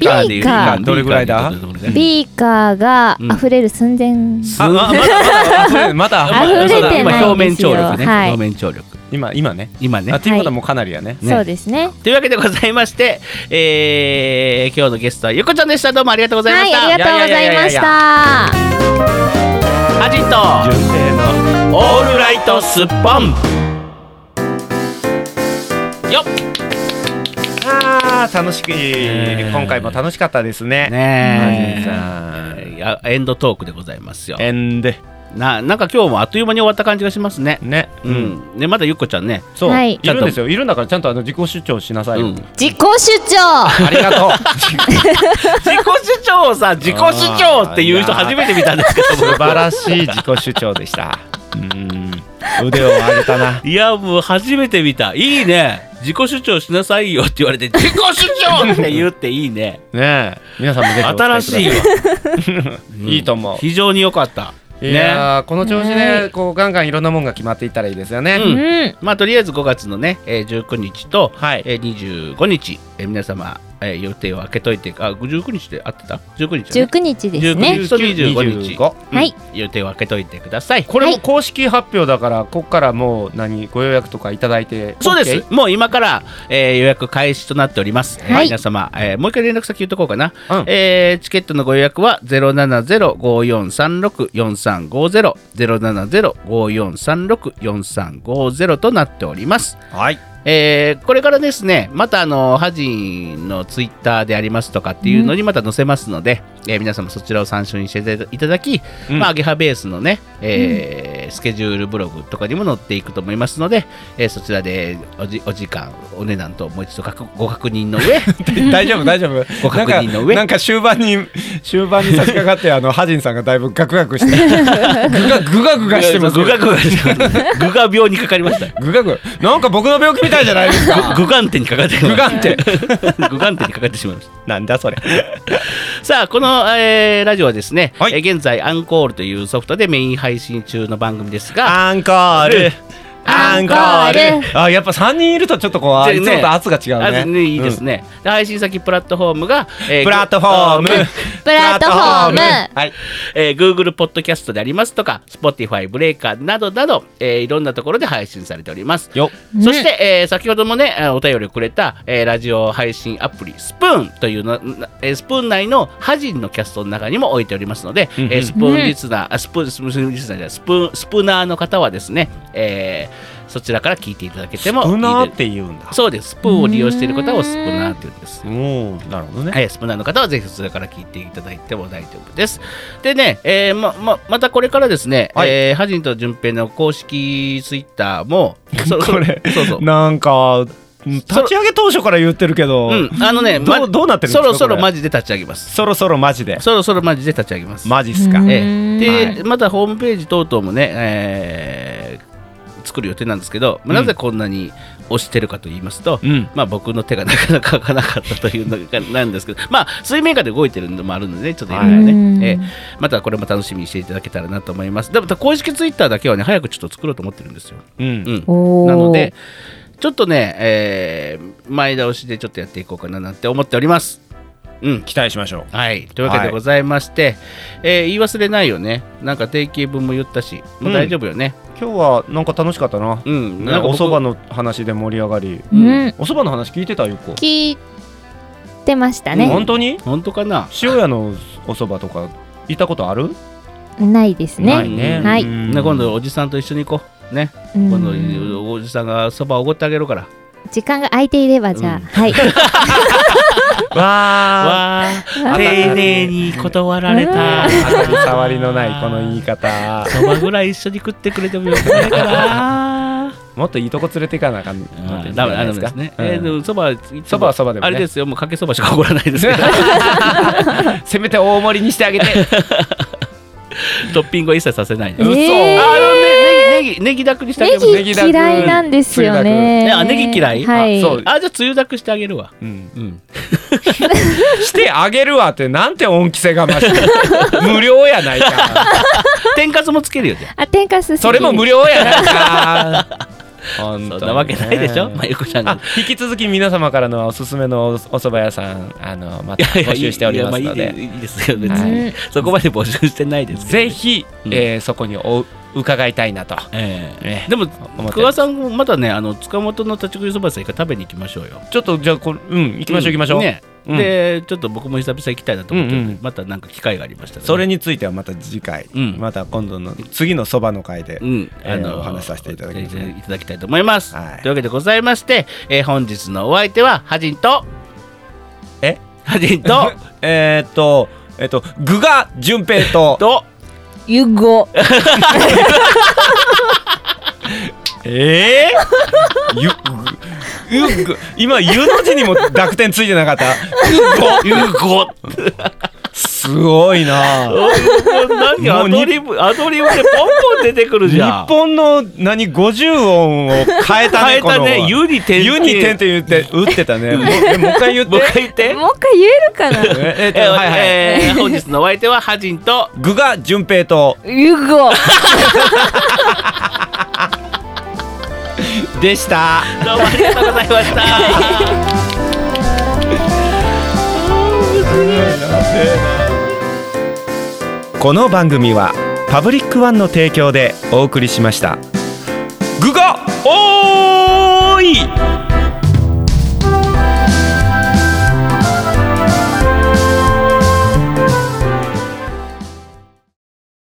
Speaker 1: B
Speaker 2: か
Speaker 4: か
Speaker 1: かで言う
Speaker 4: B か
Speaker 1: うん
Speaker 2: どれぐらいだ
Speaker 1: とうことで
Speaker 4: ビーカーが
Speaker 1: うん
Speaker 4: 溢れる寸前。
Speaker 1: す
Speaker 2: あままだまだまだ
Speaker 4: 溢れてないんですよ
Speaker 1: 今表面張力ね、
Speaker 4: はい
Speaker 1: 表面張力
Speaker 2: 今今ね
Speaker 1: 今ね
Speaker 2: あということはもうかなりやね
Speaker 1: ね
Speaker 4: そうですね。
Speaker 1: というわけでございまして、えー今日のゲストはゆっこちゃんでしたどうもありがとうございま
Speaker 4: は
Speaker 1: し
Speaker 4: い、
Speaker 1: た、
Speaker 4: ありがとうございまし
Speaker 2: い
Speaker 4: た。
Speaker 1: ハジと
Speaker 2: 純正の
Speaker 1: オールライトスッポンよっ
Speaker 2: あー楽しく、
Speaker 1: え
Speaker 2: 今回も楽しかったですね。マジ
Speaker 1: ね
Speaker 2: さ
Speaker 1: えいやエンドトークでございますよ
Speaker 2: エンデ
Speaker 1: ななんか今日もあっという間に終わった感じがしますね
Speaker 2: ね、
Speaker 1: う、ん、ねまだゆっこちゃんね
Speaker 2: そう、
Speaker 4: はい
Speaker 2: い、るんですよいるんだからちゃんとあの自己主張しなさいよ、
Speaker 1: うん
Speaker 4: 自己主張。
Speaker 2: ありがとう
Speaker 1: 自己主張をさ自己主張っていう人初めて見たんですけど
Speaker 2: 素晴らしい自己主張でしたうん腕を上げたない
Speaker 1: やもう初めて見たいいね自己主張しなさいよって言われて自己主張って言うっていいね
Speaker 2: ねえ皆さんもぜひお使
Speaker 1: 新
Speaker 2: いくださ
Speaker 1: しいわ、
Speaker 2: いいと思う、
Speaker 1: 非常に良かった
Speaker 2: い
Speaker 1: ね
Speaker 2: やーこの調子
Speaker 4: は
Speaker 2: でこうガンガンいろんなもんが決まっていったらいいですよね、
Speaker 1: う
Speaker 4: うんん。
Speaker 1: まあとりあえず5月のね、えー19日と、
Speaker 2: はい
Speaker 1: えー25日、えー皆様えー予定を開けといてあ19日で合ってた19日だね、
Speaker 4: 19日ですね
Speaker 1: 19日と25日
Speaker 3: 25
Speaker 1: うん
Speaker 4: はい
Speaker 1: 予定を開けといてください
Speaker 3: これも公式発表だから、ここからもう何ご予約とかいただいて
Speaker 1: そうです、もう今から、えー予約開始となっております、えー
Speaker 4: はい
Speaker 1: 皆様、えーもう一回連絡先言っとこうかな、
Speaker 3: うん
Speaker 1: えーチケットのご予約は07054364350 07054364350となっております
Speaker 2: はい
Speaker 1: えーこれからですね、またあのハジンのツイッターでありますとかっていうのにまた載せますので、えー皆様そちらを参照にしていただき、
Speaker 3: うん
Speaker 1: まあ、アゲハベースのね、えースケジュールブログとかにも載っていくと思いますので、えーそちらでおじお時間、お値段ともう一度確ご確認の
Speaker 3: <laughs>
Speaker 1: 上、
Speaker 3: 大丈夫大丈夫
Speaker 1: ご確認の上
Speaker 3: なんかなんか終盤に終盤に差し掛かってあのハジンさんがだいぶガクガクしてグガグガグガしてます
Speaker 1: グガグガ <laughs> してますグガ病にかかり
Speaker 3: <laughs>
Speaker 1: ました。
Speaker 3: グガグなんか僕の病気みたいじゃないですか
Speaker 1: グガンテにかかっ
Speaker 3: <laughs>
Speaker 1: てし
Speaker 3: グ
Speaker 1: まいま
Speaker 3: ガ
Speaker 1: し
Speaker 3: ンって
Speaker 1: た。グガンテにかかってしまいました。
Speaker 2: なんだそれ
Speaker 1: さあこの、えーラジオはですね、
Speaker 2: はい
Speaker 1: えー現在アンコールというソフトでメイン配信中の番組ですが
Speaker 2: アンコール
Speaker 4: アンコール
Speaker 3: あやっぱ三人いるとちょっとこうあい
Speaker 1: で
Speaker 3: つもと圧が違うね
Speaker 1: あいいですね、で配信先プラットフォームが、えー
Speaker 2: プラットフォーム、
Speaker 4: プラットフォーム
Speaker 3: はい
Speaker 1: えー Google ポッドキャストでありますとか Spotify ブレーカーなどなど、えーいろんなところで配信されております
Speaker 3: よ
Speaker 1: そして、えー先ほどもね、えーお便りをくれた、えーラジオ配信アプリ、スプーンというの、なえースプーン内のハジンのキャストの中にも置いておりますので、えースプーンリスナー、あスプーン、スプーンリスナーじゃないスプーン、スプナーの方はですね、えーそちらから聞いていただけてもいいです
Speaker 2: うなーって言うんだ
Speaker 1: そうです、スプーンを利用している方をスプナーって言うんです。
Speaker 2: おおなるほどね、
Speaker 1: はい、スプナーの方はぜひそれから聞いていただいても大丈夫です。でね、えーまままたこれからですね、
Speaker 2: はい
Speaker 1: えーハジンと順平の公式ツイッター
Speaker 2: <laughs>
Speaker 1: も、そ
Speaker 3: これ
Speaker 1: そうそう、
Speaker 3: なんか立ち上げ当初から言ってるけど、
Speaker 1: うん、あのね、
Speaker 3: どうどうなってるんですか
Speaker 1: そろそろ
Speaker 3: これ
Speaker 1: マジで立ち上げます。
Speaker 2: そろそろマジで
Speaker 1: そろそろマジで立ち上げます。
Speaker 2: マジっすか、
Speaker 4: うん
Speaker 1: ええで、
Speaker 2: はい
Speaker 1: またホームページ等々もね、えー作る予定なんですけど、まあなぜこんなに推してるかと言いますと、
Speaker 3: うん
Speaker 1: まあ、僕の手がな <laughs> かなか開かなかったというのがなんですけど、まあ、水面下で動いてるのもあるのでね、ちょっと今
Speaker 4: う
Speaker 1: ね、
Speaker 4: ん
Speaker 1: ええまたこれも楽しみにしていただけたらなと思います。でも公式ツイッターだけはね、早くちょっと作ろうと思ってるんですよ。
Speaker 2: うん
Speaker 1: うん
Speaker 4: おー
Speaker 1: なので、ちょっとね、えー前倒しでちょっとやっていこうかななんて思っております。うん。
Speaker 2: 期待しましょう
Speaker 1: はい。というわけでございまして、えー言い忘れないよね。なんか定型文も言ったし、もう大丈夫よね。
Speaker 3: 今日はなんか楽しかったな,、
Speaker 1: うん。
Speaker 3: ね、
Speaker 1: なんか
Speaker 3: お
Speaker 1: 僕
Speaker 3: そばの話で盛り上がり
Speaker 4: うん
Speaker 3: おそばの話聞いてたゆっこ、
Speaker 4: 聞いてましたね
Speaker 3: 本当に
Speaker 1: 本当かな
Speaker 3: 塩屋のおそばとか行ったことある
Speaker 4: ないです
Speaker 1: な
Speaker 4: ね
Speaker 1: いね
Speaker 4: はい
Speaker 3: うん
Speaker 1: ね、今度おじさんと一緒に行こう。ね。
Speaker 4: うん
Speaker 1: 今度おじさんがそばおごってあげるから。
Speaker 4: 時間が空いていればじゃあ、
Speaker 1: うん
Speaker 4: はい
Speaker 3: わ
Speaker 1: わ
Speaker 3: あ
Speaker 1: あ、丁寧に断られた。
Speaker 3: 当たり障りのないこの言い方
Speaker 1: そばぐらい一緒に食ってくれてもよくないかな。
Speaker 3: もっといいとこ連れていかなあかん
Speaker 1: ダメダメですね。えーでもそばいつも
Speaker 3: そばはそばでもね
Speaker 1: あれですよ、もうかけそばしかおごらないで
Speaker 3: <laughs>
Speaker 1: すけど、
Speaker 3: うん <laughs> せめて大盛りにしてあげて
Speaker 1: トッピングは一切させないで
Speaker 4: え
Speaker 1: す。
Speaker 3: 嘘
Speaker 1: あ
Speaker 4: ー
Speaker 1: のね、ネギネギネギだくにしてあげ
Speaker 4: ネ
Speaker 1: ます。
Speaker 3: ネ
Speaker 4: ギ
Speaker 3: ギだく
Speaker 4: 嫌いなんですよね
Speaker 1: つゆだくねあネギ嫌い
Speaker 4: はい
Speaker 3: あそう
Speaker 1: あ、じゃあつゆだくしてあげるわ。
Speaker 2: うん
Speaker 1: うん。
Speaker 3: してあげるわってなんて恩着せがま
Speaker 1: <laughs>
Speaker 3: しい無料やないか
Speaker 1: 天かすもつけるよじゃあ。
Speaker 4: あ天かす好き
Speaker 3: それも無料やないかそん
Speaker 1: <laughs> そんなわけないでしょ、まゆこちゃんが
Speaker 3: あ。引き続き皆様からのおすすめのお蕎麦屋さんあのまた
Speaker 1: いやいや
Speaker 3: 募集しておりますの
Speaker 1: いやあ
Speaker 3: で
Speaker 1: いいいいですけど、別
Speaker 4: は
Speaker 1: に
Speaker 4: い。
Speaker 1: そこまで募集してないですけど。
Speaker 3: ぜひ、
Speaker 1: うん
Speaker 3: えーそこにお伺いたいなと
Speaker 1: ええ
Speaker 3: ね
Speaker 1: でも、
Speaker 3: 思って
Speaker 1: 久我さんもまだね、あの塚本の立ち食いそば屋さん一回食べに行きましょうよ。
Speaker 3: ちょっとじゃあこれうん行
Speaker 1: 行
Speaker 3: きましょう行きましょう、
Speaker 1: ね、
Speaker 3: うん
Speaker 1: で、ちょっと僕も久々行きたいなと思ってるんで、
Speaker 3: うんうん
Speaker 1: またなんか機会がありましたらね
Speaker 2: それについてはまた次回、
Speaker 1: うん
Speaker 2: また今度の次のそばの会で、
Speaker 1: うん、
Speaker 2: えーお話しさせていただきます
Speaker 1: いただきたいと思います。
Speaker 2: はい
Speaker 1: というわけでございまして、えー本日のお相手はハジンと
Speaker 2: え
Speaker 1: ハジンと
Speaker 2: <laughs> えーっとえーっと具が順平
Speaker 1: <laughs>
Speaker 2: と
Speaker 1: と
Speaker 4: ゆご
Speaker 2: ええー、 <laughs> ゆうぐ今ゆの字にも濁点ついてなかった
Speaker 1: ユーゴ
Speaker 2: すごいな
Speaker 1: 何アドリブアドリブでポンポン出てくる
Speaker 2: 日
Speaker 1: じゃん。
Speaker 2: 本の何50音を変えたね
Speaker 1: <laughs> 変えたね
Speaker 2: この
Speaker 1: ユに点
Speaker 2: ゆに点って言って打ってたねもうえもう一回言っ
Speaker 1: <laughs>
Speaker 2: て
Speaker 1: もう一回言って。
Speaker 4: もう一回言えるかな <laughs>
Speaker 2: ええっと
Speaker 1: えー
Speaker 2: はいはい、
Speaker 1: えー本日のお相手はハジンと
Speaker 2: 具が順平と
Speaker 4: ゆご
Speaker 2: でした
Speaker 1: どうもありがとうございました。
Speaker 2: この番組はパブリックワンの提供でお送りしました。グガおーい